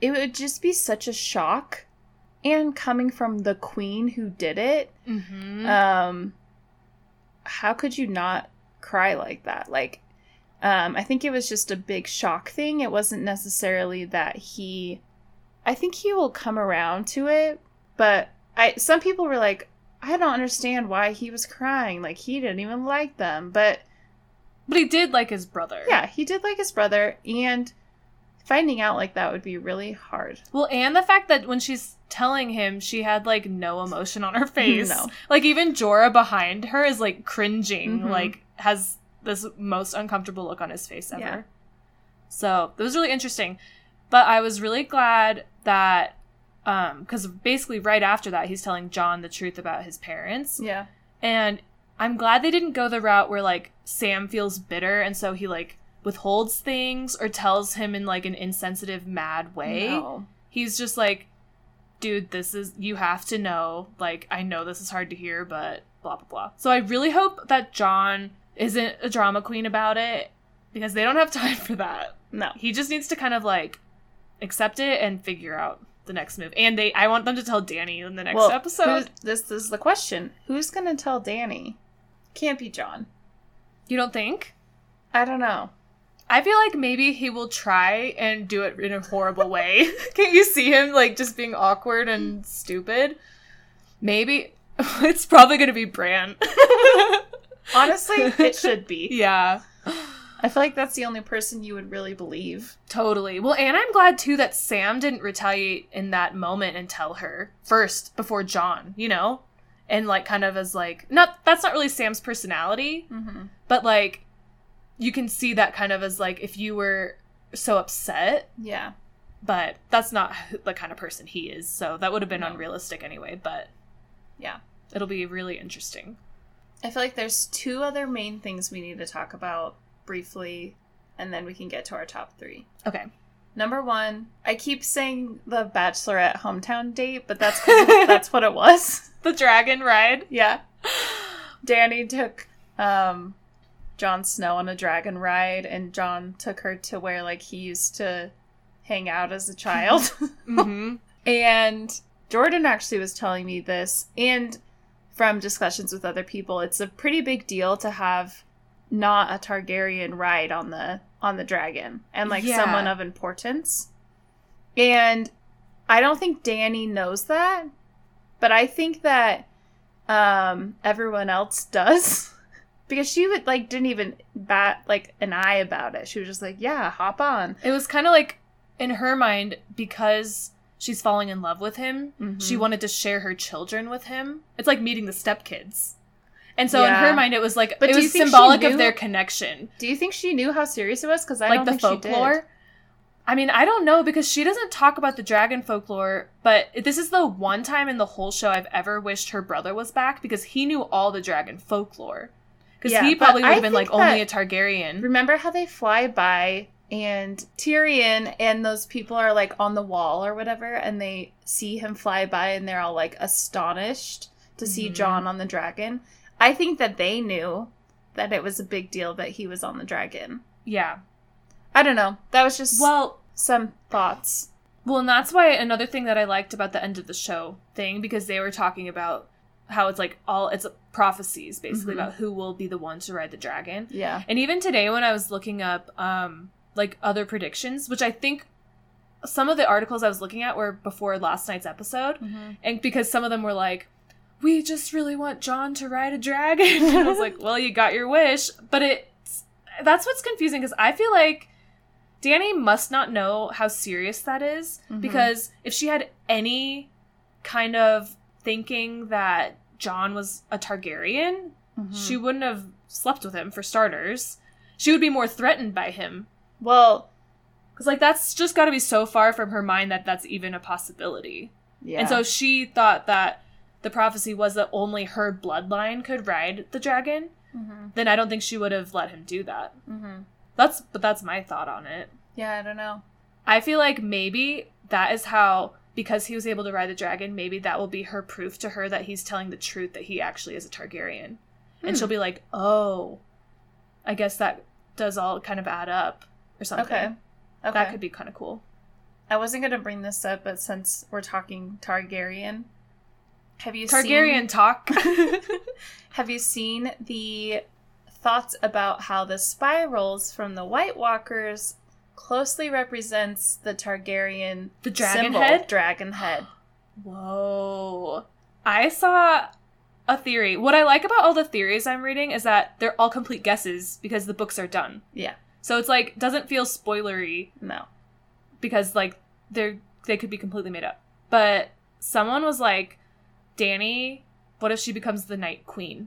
[SPEAKER 2] it would just be such a shock, and coming from the queen who did it,
[SPEAKER 1] Mm-hmm.
[SPEAKER 2] um, how could you not cry like that? Like, um, I think it was just a big shock thing. It wasn't necessarily that he. I think he will come around to it, but I some people were like, I don't understand why he was crying. Like he didn't even like them, but
[SPEAKER 1] but he did like his brother.
[SPEAKER 2] yeah, he did like his brother, and finding out like that would be really hard.
[SPEAKER 1] Well, and the fact that when she's telling him, she had like no emotion on her face.
[SPEAKER 2] No.
[SPEAKER 1] Like even Jorah behind her is like cringing,
[SPEAKER 2] Mhm.
[SPEAKER 1] like has this most uncomfortable look on his face ever.
[SPEAKER 2] Yeah.
[SPEAKER 1] So it was really interesting. But I was really glad that um because basically right after that he's telling John the truth about his parents.
[SPEAKER 2] Yeah.
[SPEAKER 1] And I'm glad they didn't go the route where like Sam feels bitter and so he like withholds things or tells him in like an insensitive mad way.
[SPEAKER 2] No.
[SPEAKER 1] He's just like dude, this is you have to know. Like I know this is hard to hear, but blah blah blah. So I really hope that John isn't a drama queen about it because they don't have time for that.
[SPEAKER 2] No.
[SPEAKER 1] He just needs to kind of like accept it and figure out the next move. And they I want them to tell Danny in the next episode.
[SPEAKER 2] who's- This, this is the question. Who's going to tell Danny? Can't be John.
[SPEAKER 1] You don't think?
[SPEAKER 2] I don't know.
[SPEAKER 1] I feel like maybe he will try and do it in a horrible way. Can't you see him like just being awkward and stupid? Maybe it's probably gonna be Bran.
[SPEAKER 2] Honestly, it should be.
[SPEAKER 1] yeah,
[SPEAKER 2] I feel like that's the only person you would really believe.
[SPEAKER 1] totally. Well, and I'm glad too that Sam didn't retaliate in that moment and tell her first before John. You know, and like kind of as like not that's not really Sam's personality,
[SPEAKER 2] Mm-hmm.
[SPEAKER 1] but like you can see that kind of as like if you were so upset
[SPEAKER 2] Yeah.
[SPEAKER 1] but that's not who- the kind of person he is so that would have been
[SPEAKER 2] No.
[SPEAKER 1] unrealistic anyway but
[SPEAKER 2] Yeah.
[SPEAKER 1] it'll be really interesting
[SPEAKER 2] I feel like there's two other main things we need to talk about briefly, and then we can get to our top three.
[SPEAKER 1] okay
[SPEAKER 2] Number one, I keep saying the Bachelorette hometown date, but that's 'cause that's what it was.
[SPEAKER 1] the dragon ride
[SPEAKER 2] Yeah. Danny took um Jon Snow on a dragon ride and John took her to where like he used to hang out as a child.
[SPEAKER 1] mm-hmm.
[SPEAKER 2] And Jordan actually was telling me this, and from discussions with other people, it's a pretty big deal to have not a Targaryen ride on the on the dragon and like
[SPEAKER 1] Yeah.
[SPEAKER 2] someone of importance. And I don't think Danny knows that, but I think that um everyone else does. because she would like didn't even bat like an eye about it. She was just like, "Yeah, hop on."
[SPEAKER 1] It was kind of like, in her mind, because she's falling in love with him, she
[SPEAKER 2] Mhm.
[SPEAKER 1] wanted to share her children with him. It's like meeting the stepkids. And so in
[SPEAKER 2] Yeah.
[SPEAKER 1] her mind, it was like
[SPEAKER 2] But
[SPEAKER 1] it
[SPEAKER 2] do you
[SPEAKER 1] was
[SPEAKER 2] think she
[SPEAKER 1] symbolic of
[SPEAKER 2] knew-
[SPEAKER 1] their connection,
[SPEAKER 2] Do you think she knew how serious it was? Because I
[SPEAKER 1] like
[SPEAKER 2] don't
[SPEAKER 1] the
[SPEAKER 2] think she did.
[SPEAKER 1] folklore. I mean, I don't know because she doesn't talk about the dragon folklore, but this is the one time in the whole show I've ever wished her brother was back because he knew all the dragon folklore. Because
[SPEAKER 2] Yeah,
[SPEAKER 1] he
[SPEAKER 2] but
[SPEAKER 1] probably would
[SPEAKER 2] I
[SPEAKER 1] have been like
[SPEAKER 2] think
[SPEAKER 1] only a
[SPEAKER 2] that-
[SPEAKER 1] Targaryen.
[SPEAKER 2] Remember how they fly by and Tyrion and those people are like on the wall or whatever, and they see him fly by and they're all like astonished to see
[SPEAKER 1] Mhm.
[SPEAKER 2] John on the dragon. I think that they knew that it was a big deal that he was on the dragon.
[SPEAKER 1] Yeah.
[SPEAKER 2] I don't know. That was just
[SPEAKER 1] Well,
[SPEAKER 2] some thoughts.
[SPEAKER 1] Well, and that's why another thing that I liked about the end of the show thing because they were talking about how it's like all it's prophecies basically
[SPEAKER 2] Mhm.
[SPEAKER 1] about who will be the one to ride the dragon.
[SPEAKER 2] Yeah.
[SPEAKER 1] And even today when I was looking up um like other predictions, which I think some of the articles I was looking at were before last night's episode
[SPEAKER 2] Mm-hmm.
[SPEAKER 1] and because some of them were like we just really want John to ride a dragon. and I was like, well, you got your wish, but it's that's what's confusing because I feel like Danny must not know how serious that is
[SPEAKER 2] Mhm.
[SPEAKER 1] because if she had any kind of thinking that John was a Targaryen,
[SPEAKER 2] Mm-hmm.
[SPEAKER 1] she wouldn't have slept with him for starters. She would be more threatened by him
[SPEAKER 2] well,
[SPEAKER 1] because like that's just got to be so far from her mind that that's even a possibility.
[SPEAKER 2] yeah.
[SPEAKER 1] And so she thought that the prophecy was that only her bloodline could ride the dragon.
[SPEAKER 2] Mhm.
[SPEAKER 1] Then I don't think she would have let him do that.
[SPEAKER 2] Mhm.
[SPEAKER 1] That's but that's my thought on it.
[SPEAKER 2] yeah, I don't know.
[SPEAKER 1] I feel like maybe that is how because he was able to ride the dragon, maybe that will be her proof to her that he's telling the truth that he actually is a Targaryen. And
[SPEAKER 2] Hmm.
[SPEAKER 1] she'll be like, "Oh, I guess that does all kind of add up or something."
[SPEAKER 2] Okay. Okay.
[SPEAKER 1] That could be kind of cool.
[SPEAKER 2] I wasn't gonna bring this up, but since we're talking Targaryen, have you
[SPEAKER 1] Targaryen talk.
[SPEAKER 2] Seen, have you seen the thoughts about how the spirals from the White Walkers closely represents the Targaryen
[SPEAKER 1] The dragon
[SPEAKER 2] symbol,
[SPEAKER 1] head?
[SPEAKER 2] Dragon head.
[SPEAKER 1] Whoa. I saw a theory. What I like about all the theories I'm reading is that they're all complete guesses because the books are done.
[SPEAKER 2] Yeah.
[SPEAKER 1] So it's like doesn't feel spoilery
[SPEAKER 2] No.
[SPEAKER 1] because like they're they could be completely made up. But someone was like, Danny, what if she becomes the night queen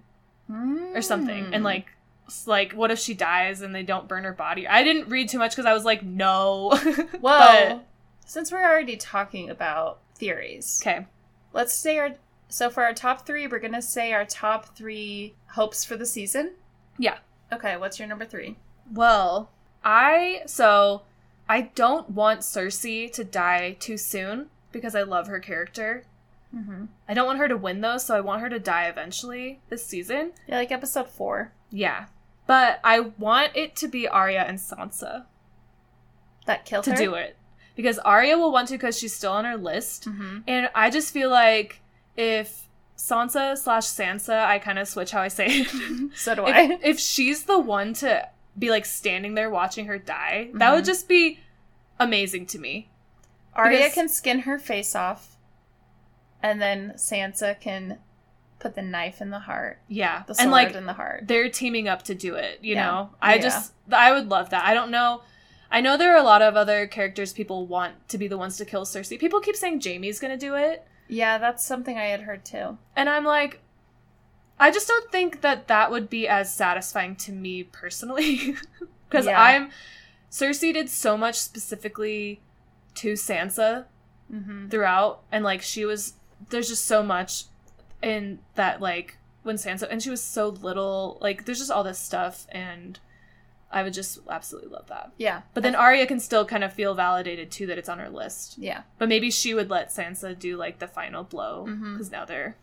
[SPEAKER 1] or something?
[SPEAKER 2] Hmm.
[SPEAKER 1] And like s- like what if she dies and they don't burn her body? I didn't read too much because I was like, no.
[SPEAKER 2] Well, since we're already talking about theories,
[SPEAKER 1] okay.
[SPEAKER 2] let's say our so for our top three, we're gonna say our top three hopes for the season.
[SPEAKER 1] Yeah.
[SPEAKER 2] Okay, what's your number three?
[SPEAKER 1] Well, I so I don't want Cersei to die too soon because I love her character.
[SPEAKER 2] Mm-hmm.
[SPEAKER 1] I don't want her to win though, so I want her to die eventually this season.
[SPEAKER 2] Yeah, like episode four.
[SPEAKER 1] Yeah. But I want it to be Arya and Sansa
[SPEAKER 2] That killed
[SPEAKER 1] to
[SPEAKER 2] her.
[SPEAKER 1] do it. Because Arya will want to because she's still on her list.
[SPEAKER 2] Mm-hmm.
[SPEAKER 1] And I just feel like if Sansa slash Sansa, I kind of switch how I say it.
[SPEAKER 2] So do I.
[SPEAKER 1] if, if she's the one to be like standing there watching her die, that would
[SPEAKER 2] Mhm.
[SPEAKER 1] just be amazing to me.
[SPEAKER 2] Arya
[SPEAKER 1] because-
[SPEAKER 2] can skin her face off, and then Sansa can put the knife in the heart,
[SPEAKER 1] Yeah.
[SPEAKER 2] the sword
[SPEAKER 1] and like
[SPEAKER 2] in the heart.
[SPEAKER 1] they're teaming up to do it, you
[SPEAKER 2] Yeah.
[SPEAKER 1] know? I
[SPEAKER 2] Yeah.
[SPEAKER 1] just, I would love that. I don't know. I know there are a lot of other characters people want to be the ones to kill Cersei. People keep saying Jamie's going to do it.
[SPEAKER 2] Yeah, that's something I had heard too.
[SPEAKER 1] And I'm like, I just don't think that that would be as satisfying to me personally. Because
[SPEAKER 2] Yeah.
[SPEAKER 1] I'm. Cersei did so much specifically to Sansa
[SPEAKER 2] Mm-hmm.
[SPEAKER 1] throughout and like she was there's just so much in that like when Sansa and she was so little like there's just all this stuff and I would just absolutely love that.
[SPEAKER 2] Yeah,
[SPEAKER 1] But then Arya can still kind of feel validated too that it's on her list.
[SPEAKER 2] yeah,
[SPEAKER 1] But maybe she would let Sansa do like the final blow
[SPEAKER 2] Mhm.
[SPEAKER 1] because now they're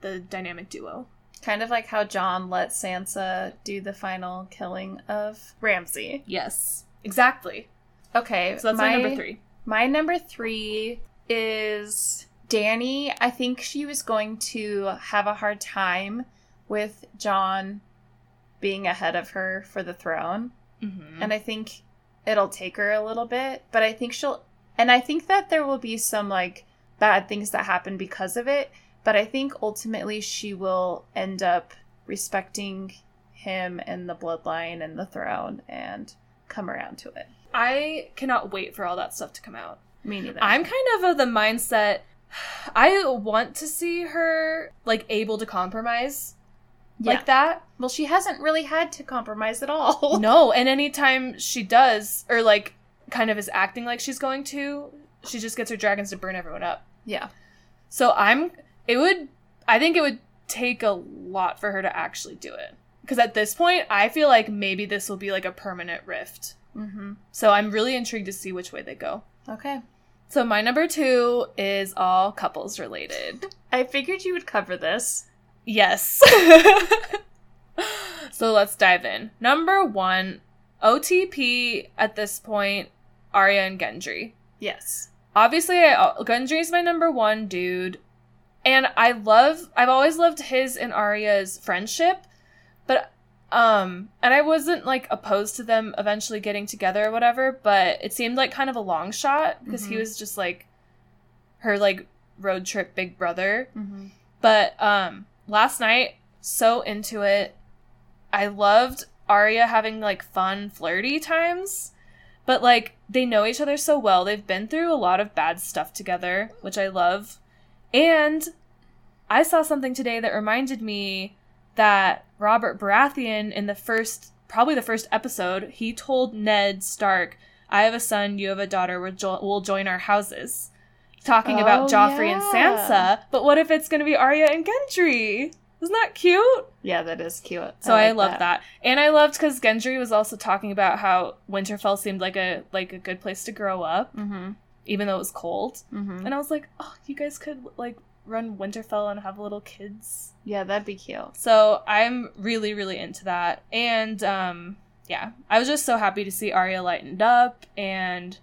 [SPEAKER 1] the dynamic duo.
[SPEAKER 2] kind of like how John let Sansa do the final killing of Ramsay.
[SPEAKER 1] Yes. Exactly.
[SPEAKER 2] Okay,
[SPEAKER 1] So that's my number 3.
[SPEAKER 2] My number three is Danny. I think she was going to have a hard time with John being ahead of her for the throne.
[SPEAKER 1] Mm-hmm.
[SPEAKER 2] and I think it'll take her a little bit, but I think she'll and I think that there will be some like bad things that happen because of it, but I think ultimately she will end up respecting him and the bloodline and the throne and come around to it.
[SPEAKER 1] I cannot wait for all that stuff to come out.
[SPEAKER 2] Me neither.
[SPEAKER 1] I'm kind of of the mindset I want to see her like able to compromise
[SPEAKER 2] yeah.
[SPEAKER 1] like that.
[SPEAKER 2] well, she hasn't really had to compromise at all.
[SPEAKER 1] No, and anytime she does or like kind of is acting like she's going to, she just gets her dragons to burn everyone up.
[SPEAKER 2] Yeah.
[SPEAKER 1] So I'm it would I think it would take a lot for her to actually do it. Cuz at this point, I feel like maybe this will be like a permanent rift.
[SPEAKER 2] Mhm.
[SPEAKER 1] So I'm really intrigued to see which way they go.
[SPEAKER 2] Okay.
[SPEAKER 1] So my number 2 is all couples related.
[SPEAKER 2] I figured you would cover this.
[SPEAKER 1] Yes. so let's dive in. Number one, OTP at this point, Arya and Gendry.
[SPEAKER 2] Yes.
[SPEAKER 1] Obviously, I, Gendry's my number one dude, and I love. I've always loved his and Arya's friendship, but um, and I wasn't like opposed to them eventually getting together or whatever. But it seemed like kind of a long shot because he
[SPEAKER 2] Mhm.
[SPEAKER 1] was just like her like road trip big brother.
[SPEAKER 2] Mhm.
[SPEAKER 1] But um last night, so into it. I loved Arya having like fun flirty times. But like they know each other so well. They've been through a lot of bad stuff together, which I love. And I saw something today that reminded me that Robert Baratheon in the first probably the first episode, he told Ned Stark, "I have a son, you have a daughter, we'll, jo- we'll join our houses." Talking
[SPEAKER 2] Oh,
[SPEAKER 1] about Joffrey and
[SPEAKER 2] yeah.
[SPEAKER 1] Sansa, but what if it's going to be Arya and Gendry? Isn't that cute?
[SPEAKER 2] Yeah, that is cute.
[SPEAKER 1] So I,
[SPEAKER 2] like
[SPEAKER 1] love that. and I loved because Gendry was also talking about how Winterfell seemed like a like a good place to grow up,
[SPEAKER 2] Mhm.
[SPEAKER 1] even though it was cold.
[SPEAKER 2] Mhm.
[SPEAKER 1] And I was like, oh, you guys could like run Winterfell and have little kids.
[SPEAKER 2] Yeah, that'd be cute.
[SPEAKER 1] So I'm really really into that, and um, yeah, I was just so happy to see Arya lightened up, and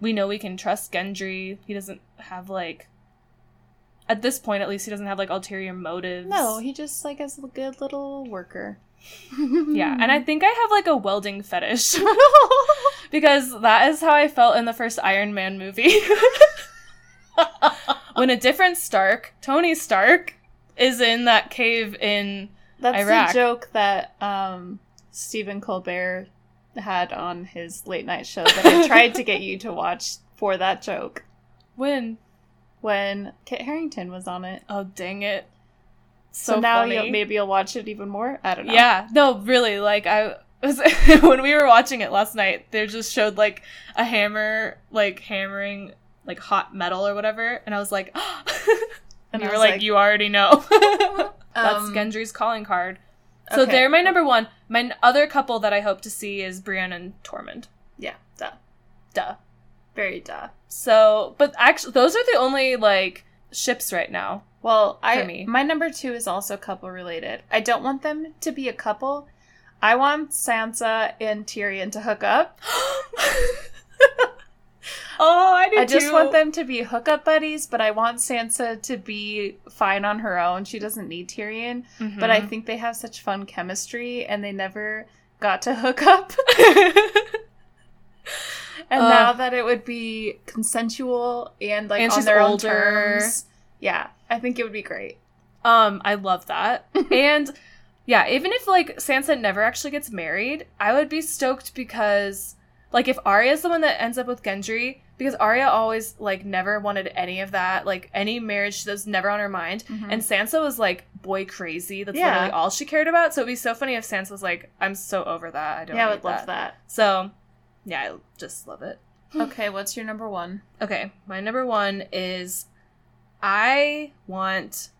[SPEAKER 1] we know we can trust Gendry. He doesn't have like. At this point, at least, he doesn't have like ulterior motives.
[SPEAKER 2] No, he just like is a good little worker.
[SPEAKER 1] Yeah, and
[SPEAKER 2] Hmm.
[SPEAKER 1] I think I have like a welding fetish because that is how I felt in the first Iron Man movie. when a different Stark, Tony Stark, is in that cave in
[SPEAKER 2] that's
[SPEAKER 1] Iraq.
[SPEAKER 2] the joke that um, Stephen Colbert had on his late night show that I tried to get you to watch for that joke
[SPEAKER 1] when
[SPEAKER 2] when Kit Harrington was on it.
[SPEAKER 1] oh dang it.
[SPEAKER 2] So,
[SPEAKER 1] So,
[SPEAKER 2] now
[SPEAKER 1] funny.
[SPEAKER 2] you'll, maybe you'll watch it even more. I don't know.
[SPEAKER 1] Yeah. No, really, like I was when we were watching it last night, they just showed like a hammer like hammering like hot metal or whatever, and I was like And
[SPEAKER 2] And I
[SPEAKER 1] you were
[SPEAKER 2] was
[SPEAKER 1] like,
[SPEAKER 2] like-
[SPEAKER 1] you already know. That's
[SPEAKER 2] Um,
[SPEAKER 1] Gendry's calling card. So
[SPEAKER 2] okay.
[SPEAKER 1] they're my number one. My n- other couple that I hope to see is Brienne and Tormund.
[SPEAKER 2] yeah, duh,
[SPEAKER 1] Duh.
[SPEAKER 2] very duh.
[SPEAKER 1] So, but actually, those are the only like ships right now.
[SPEAKER 2] Well, I
[SPEAKER 1] For me.
[SPEAKER 2] my number two is also couple related. I don't want them to be a couple. I want Sansa and Tyrion to hook up.
[SPEAKER 1] oh, I do
[SPEAKER 2] I just
[SPEAKER 1] too.
[SPEAKER 2] want them to be hookup buddies, but I want Sansa to be fine on her own. She doesn't need Tyrion.
[SPEAKER 1] Mhm.
[SPEAKER 2] But I think they have such fun chemistry and they never got to hook up. And
[SPEAKER 1] Ugh.
[SPEAKER 2] now that it would be consensual and like
[SPEAKER 1] And
[SPEAKER 2] on
[SPEAKER 1] she's
[SPEAKER 2] their
[SPEAKER 1] older.
[SPEAKER 2] own terms. Yeah, I think it would be great.
[SPEAKER 1] um, I love that. and yeah, even if like Sansa never actually gets married, I would be stoked because like if Arya's the one that ends up with Gendry, because Arya always like never wanted any of that, like any marriage that was never on her mind. And
[SPEAKER 2] And
[SPEAKER 1] Sansa was like boy crazy. That's
[SPEAKER 2] Mm. Yeah.
[SPEAKER 1] literally all she cared about. So it'd be so funny if Sansa was like, "I'm so over that. I don't."
[SPEAKER 2] yeah, I
[SPEAKER 1] need
[SPEAKER 2] would love that.
[SPEAKER 1] So, yeah, I just love it.
[SPEAKER 2] okay, what's your number one?
[SPEAKER 1] Okay, my number one is I want.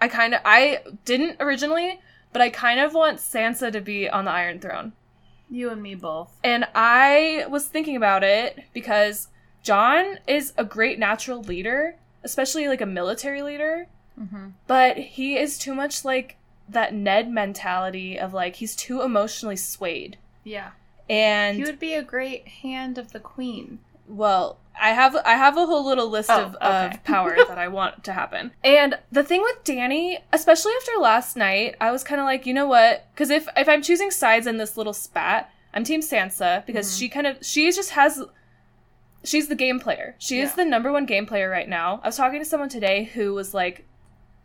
[SPEAKER 1] I kind of I didn't originally, but I kind of want Sansa to be on the Iron Throne.
[SPEAKER 2] You and me both.
[SPEAKER 1] And I was thinking about it because John is a great natural leader, especially like a military leader.
[SPEAKER 2] Mm-hmm.
[SPEAKER 1] But he is too much like that Ned mentality of like he's too emotionally swayed.
[SPEAKER 2] Yeah.
[SPEAKER 1] And
[SPEAKER 2] he would be a great hand of the queen.
[SPEAKER 1] Well, I have I have a whole little list
[SPEAKER 2] Oh,
[SPEAKER 1] of,
[SPEAKER 2] okay.
[SPEAKER 1] of power that I want to happen. And the thing with Danny, especially after last night, I was kind of like, you know what? Because if if I'm choosing sides in this little spat, I'm Team Sansa because
[SPEAKER 2] Mhm.
[SPEAKER 1] she kind of she just has. She's the game player. She is
[SPEAKER 2] Yeah.
[SPEAKER 1] the number one game player right now. I was talking to someone today who was like,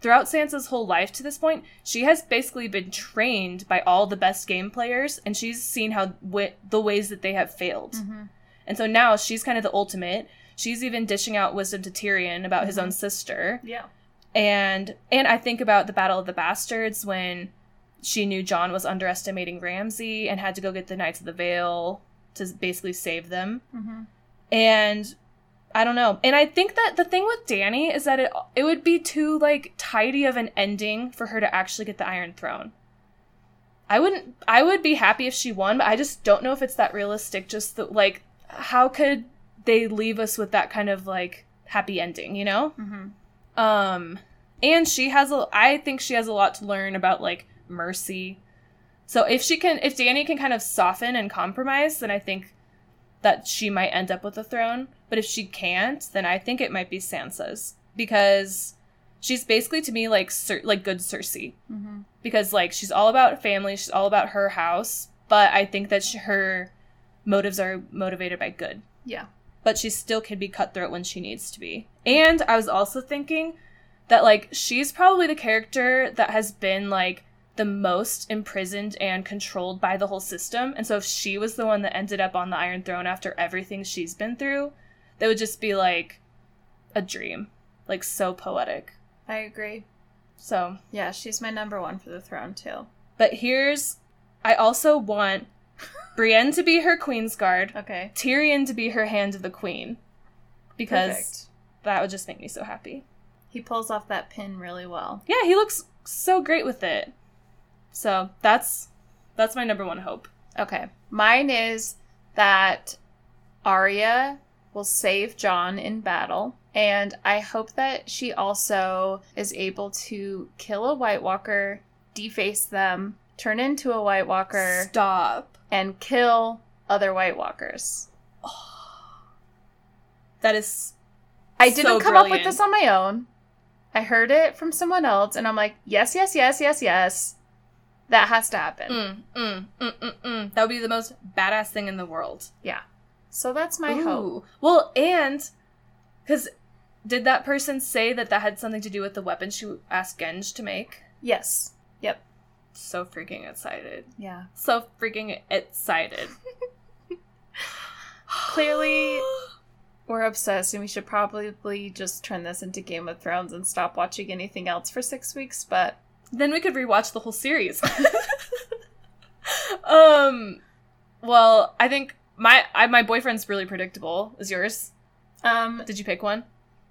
[SPEAKER 1] throughout Sansa's whole life to this point, she has basically been trained by all the best game players, and she's seen how wi- the ways that they have failed.
[SPEAKER 2] Mm-hmm.
[SPEAKER 1] And so now she's kind of the ultimate. She's even dishing out wisdom to Tyrion about his
[SPEAKER 2] Mhm.
[SPEAKER 1] own sister.
[SPEAKER 2] Yeah.
[SPEAKER 1] And and I think about the Battle of the Bastards when she knew John was underestimating Ramsay and had to go get the Knights of the Vale to basically save them.
[SPEAKER 2] Mm-hmm.
[SPEAKER 1] And I don't know. And I think that the thing with Danny is that it it would be too like tidy of an ending for her to actually get the Iron Throne. I wouldn't I would be happy if she won, but I just don't know if it's that realistic just the, like how could they leave us with that kind of like happy ending, you know?
[SPEAKER 2] Mm-hmm.
[SPEAKER 1] Um and she has a I think she has a lot to learn about like mercy. So if she can if Danny can kind of soften and compromise, then I think that she might end up with the throne. But if she can't, then I think it might be Sansa's because she's basically to me like Cer- like good Cersei
[SPEAKER 2] Mm-hmm.
[SPEAKER 1] because like she's all about family, she's all about her house, but I think that sh her motives are motivated by good
[SPEAKER 2] Yeah.
[SPEAKER 1] but she still can be cutthroat when she needs to be. And I was also thinking that like she's probably the character that has been like the most imprisoned and controlled by the whole system. And so if she was the one that ended up on the Iron Throne after everything she's been through, that would just be like a dream. Like so poetic.
[SPEAKER 2] I agree.
[SPEAKER 1] So,
[SPEAKER 2] Yeah, she's my number one for the throne too.
[SPEAKER 1] but here's I also want Brienne to be her queen's guard,
[SPEAKER 2] Okay.
[SPEAKER 1] Tyrion to be her hand of the queen because
[SPEAKER 2] Perfect.
[SPEAKER 1] that would just make me so happy.
[SPEAKER 2] He pulls off that pin really well.
[SPEAKER 1] yeah, he looks so great with it. So that's that's my number one hope.
[SPEAKER 2] Okay. Mine is that Arya will save John in battle. And I hope that she also is able to kill a White Walker, deface them, turn into a White Walker,
[SPEAKER 1] Stop.
[SPEAKER 2] and kill other White Walkers.
[SPEAKER 1] That is
[SPEAKER 2] I
[SPEAKER 1] So
[SPEAKER 2] didn't come up with
[SPEAKER 1] brilliant.
[SPEAKER 2] this on my own. I heard it from someone else, and I'm like, yes, yes, yes, yes, yes. That has to happen.
[SPEAKER 1] mm, mm, mm, mm, mm. that would be the most badass thing in the world.
[SPEAKER 2] So that's my hope.
[SPEAKER 1] Ooh. Well, and because did that person say that that had something to do with the weapon she asked Genge to make?
[SPEAKER 2] Yes. Yep.
[SPEAKER 1] So freaking excited.
[SPEAKER 2] Yeah.
[SPEAKER 1] So freaking excited.
[SPEAKER 2] Clearly- We're obsessed, and we should probably just turn this into Game of Thrones and stop watching anything else for six weeks. But
[SPEAKER 1] Then we could rewatch the whole series. um, well, I think my I, my boyfriend's really predictable. Is yours?
[SPEAKER 2] um,
[SPEAKER 1] Did you pick one?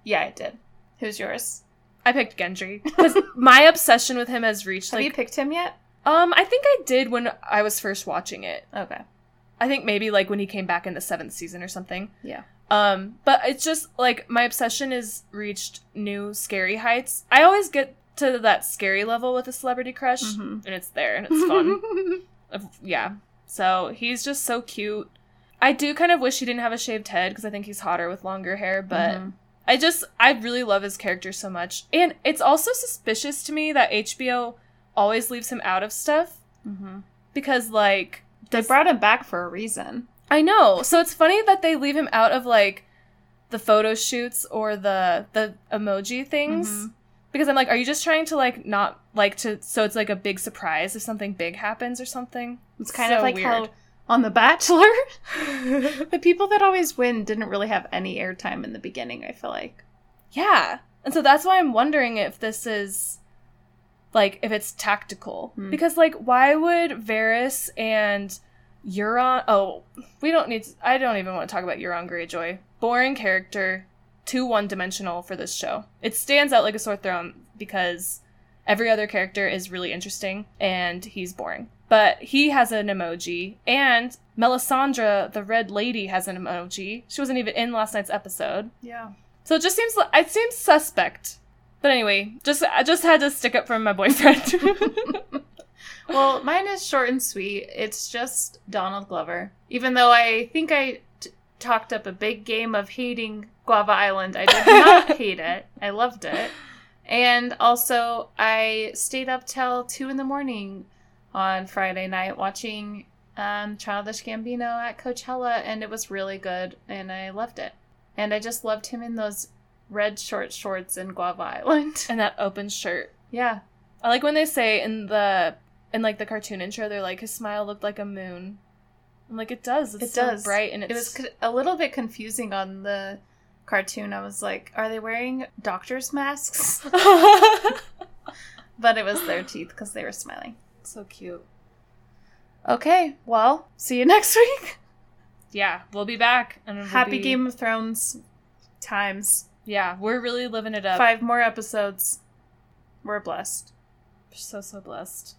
[SPEAKER 2] yeah, I did. Who's yours?
[SPEAKER 1] I picked Gendry because my obsession with him has reached
[SPEAKER 2] Have you
[SPEAKER 1] like
[SPEAKER 2] picked him yet?
[SPEAKER 1] um I think I did when I was first watching it.
[SPEAKER 2] Okay.
[SPEAKER 1] I think maybe like when he came back in the seventh season or something.
[SPEAKER 2] Yeah.
[SPEAKER 1] Um, but it's just like my obsession has reached new scary heights. I always get to that scary level with a celebrity crush,
[SPEAKER 2] Mhm.
[SPEAKER 1] and it's there and it's fun. Of- yeah. So he's just so cute. I do kind of wish he didn't have a shaved head because I think he's hotter with longer hair, but
[SPEAKER 2] Mhm.
[SPEAKER 1] I just, I really love his character so much. And it's also suspicious to me that HBO always leaves him out of stuff Mm-hmm.
[SPEAKER 2] Mhm.
[SPEAKER 1] because, like,
[SPEAKER 2] they brought him back for a reason.
[SPEAKER 1] I know. So it's funny that they leave him out of, like, the photo shoots or the the emoji things
[SPEAKER 2] Mhm.
[SPEAKER 1] because I'm like are you just trying to like not like to so it's like a big surprise if something big happens or something
[SPEAKER 2] It's kind
[SPEAKER 1] So
[SPEAKER 2] of like how
[SPEAKER 1] weird.
[SPEAKER 2] on The Bachelor, the people that always win didn't really have any airtime in the beginning. I feel like.
[SPEAKER 1] Yeah. And so that's why I'm wondering if this is like if it's tactical.
[SPEAKER 2] Hmm.
[SPEAKER 1] Because like why would Varys and Euron oh, we don't need to, I don't even want to talk about Euron Greyjoy. Boring character, too one-dimensional for this show. It stands out like a sore thumb because every other character is really interesting and he's boring. But he has an emoji and Melisandre, the red lady, has an emoji. She wasn't even in last night's episode.
[SPEAKER 2] Yeah.
[SPEAKER 1] So it just seems it seems suspect. But anyway, just I just had to stick up for my boyfriend.
[SPEAKER 2] Well, mine is short and sweet. It's just Donald Glover. Even though I think I t- talked up a big game of hating Guava Island. I did not hate it. I loved it. And also, I stayed up till two in the morning on Friday night watching um, Childish Gambino at Coachella, and it was really good, and I loved it. And I just loved him in those red short shorts in Guava Island.
[SPEAKER 1] And that open shirt.
[SPEAKER 2] yeah,
[SPEAKER 1] I like when they say in the in like the cartoon intro, they're like his smile looked like a moon. I'm like it does. It's
[SPEAKER 2] It
[SPEAKER 1] so
[SPEAKER 2] does.
[SPEAKER 1] bright and it's
[SPEAKER 2] it was co- a little bit confusing on the cartoon. I was like, are they wearing doctor's masks? But it was their teeth because they were smiling.
[SPEAKER 1] so cute.
[SPEAKER 2] Okay, well, see you next week.
[SPEAKER 1] Yeah, we'll be back. And we'll
[SPEAKER 2] Happy
[SPEAKER 1] be-
[SPEAKER 2] Game of Thrones times.
[SPEAKER 1] Yeah, we're really living it up.
[SPEAKER 2] Five more episodes. We're blessed.
[SPEAKER 1] So so blessed.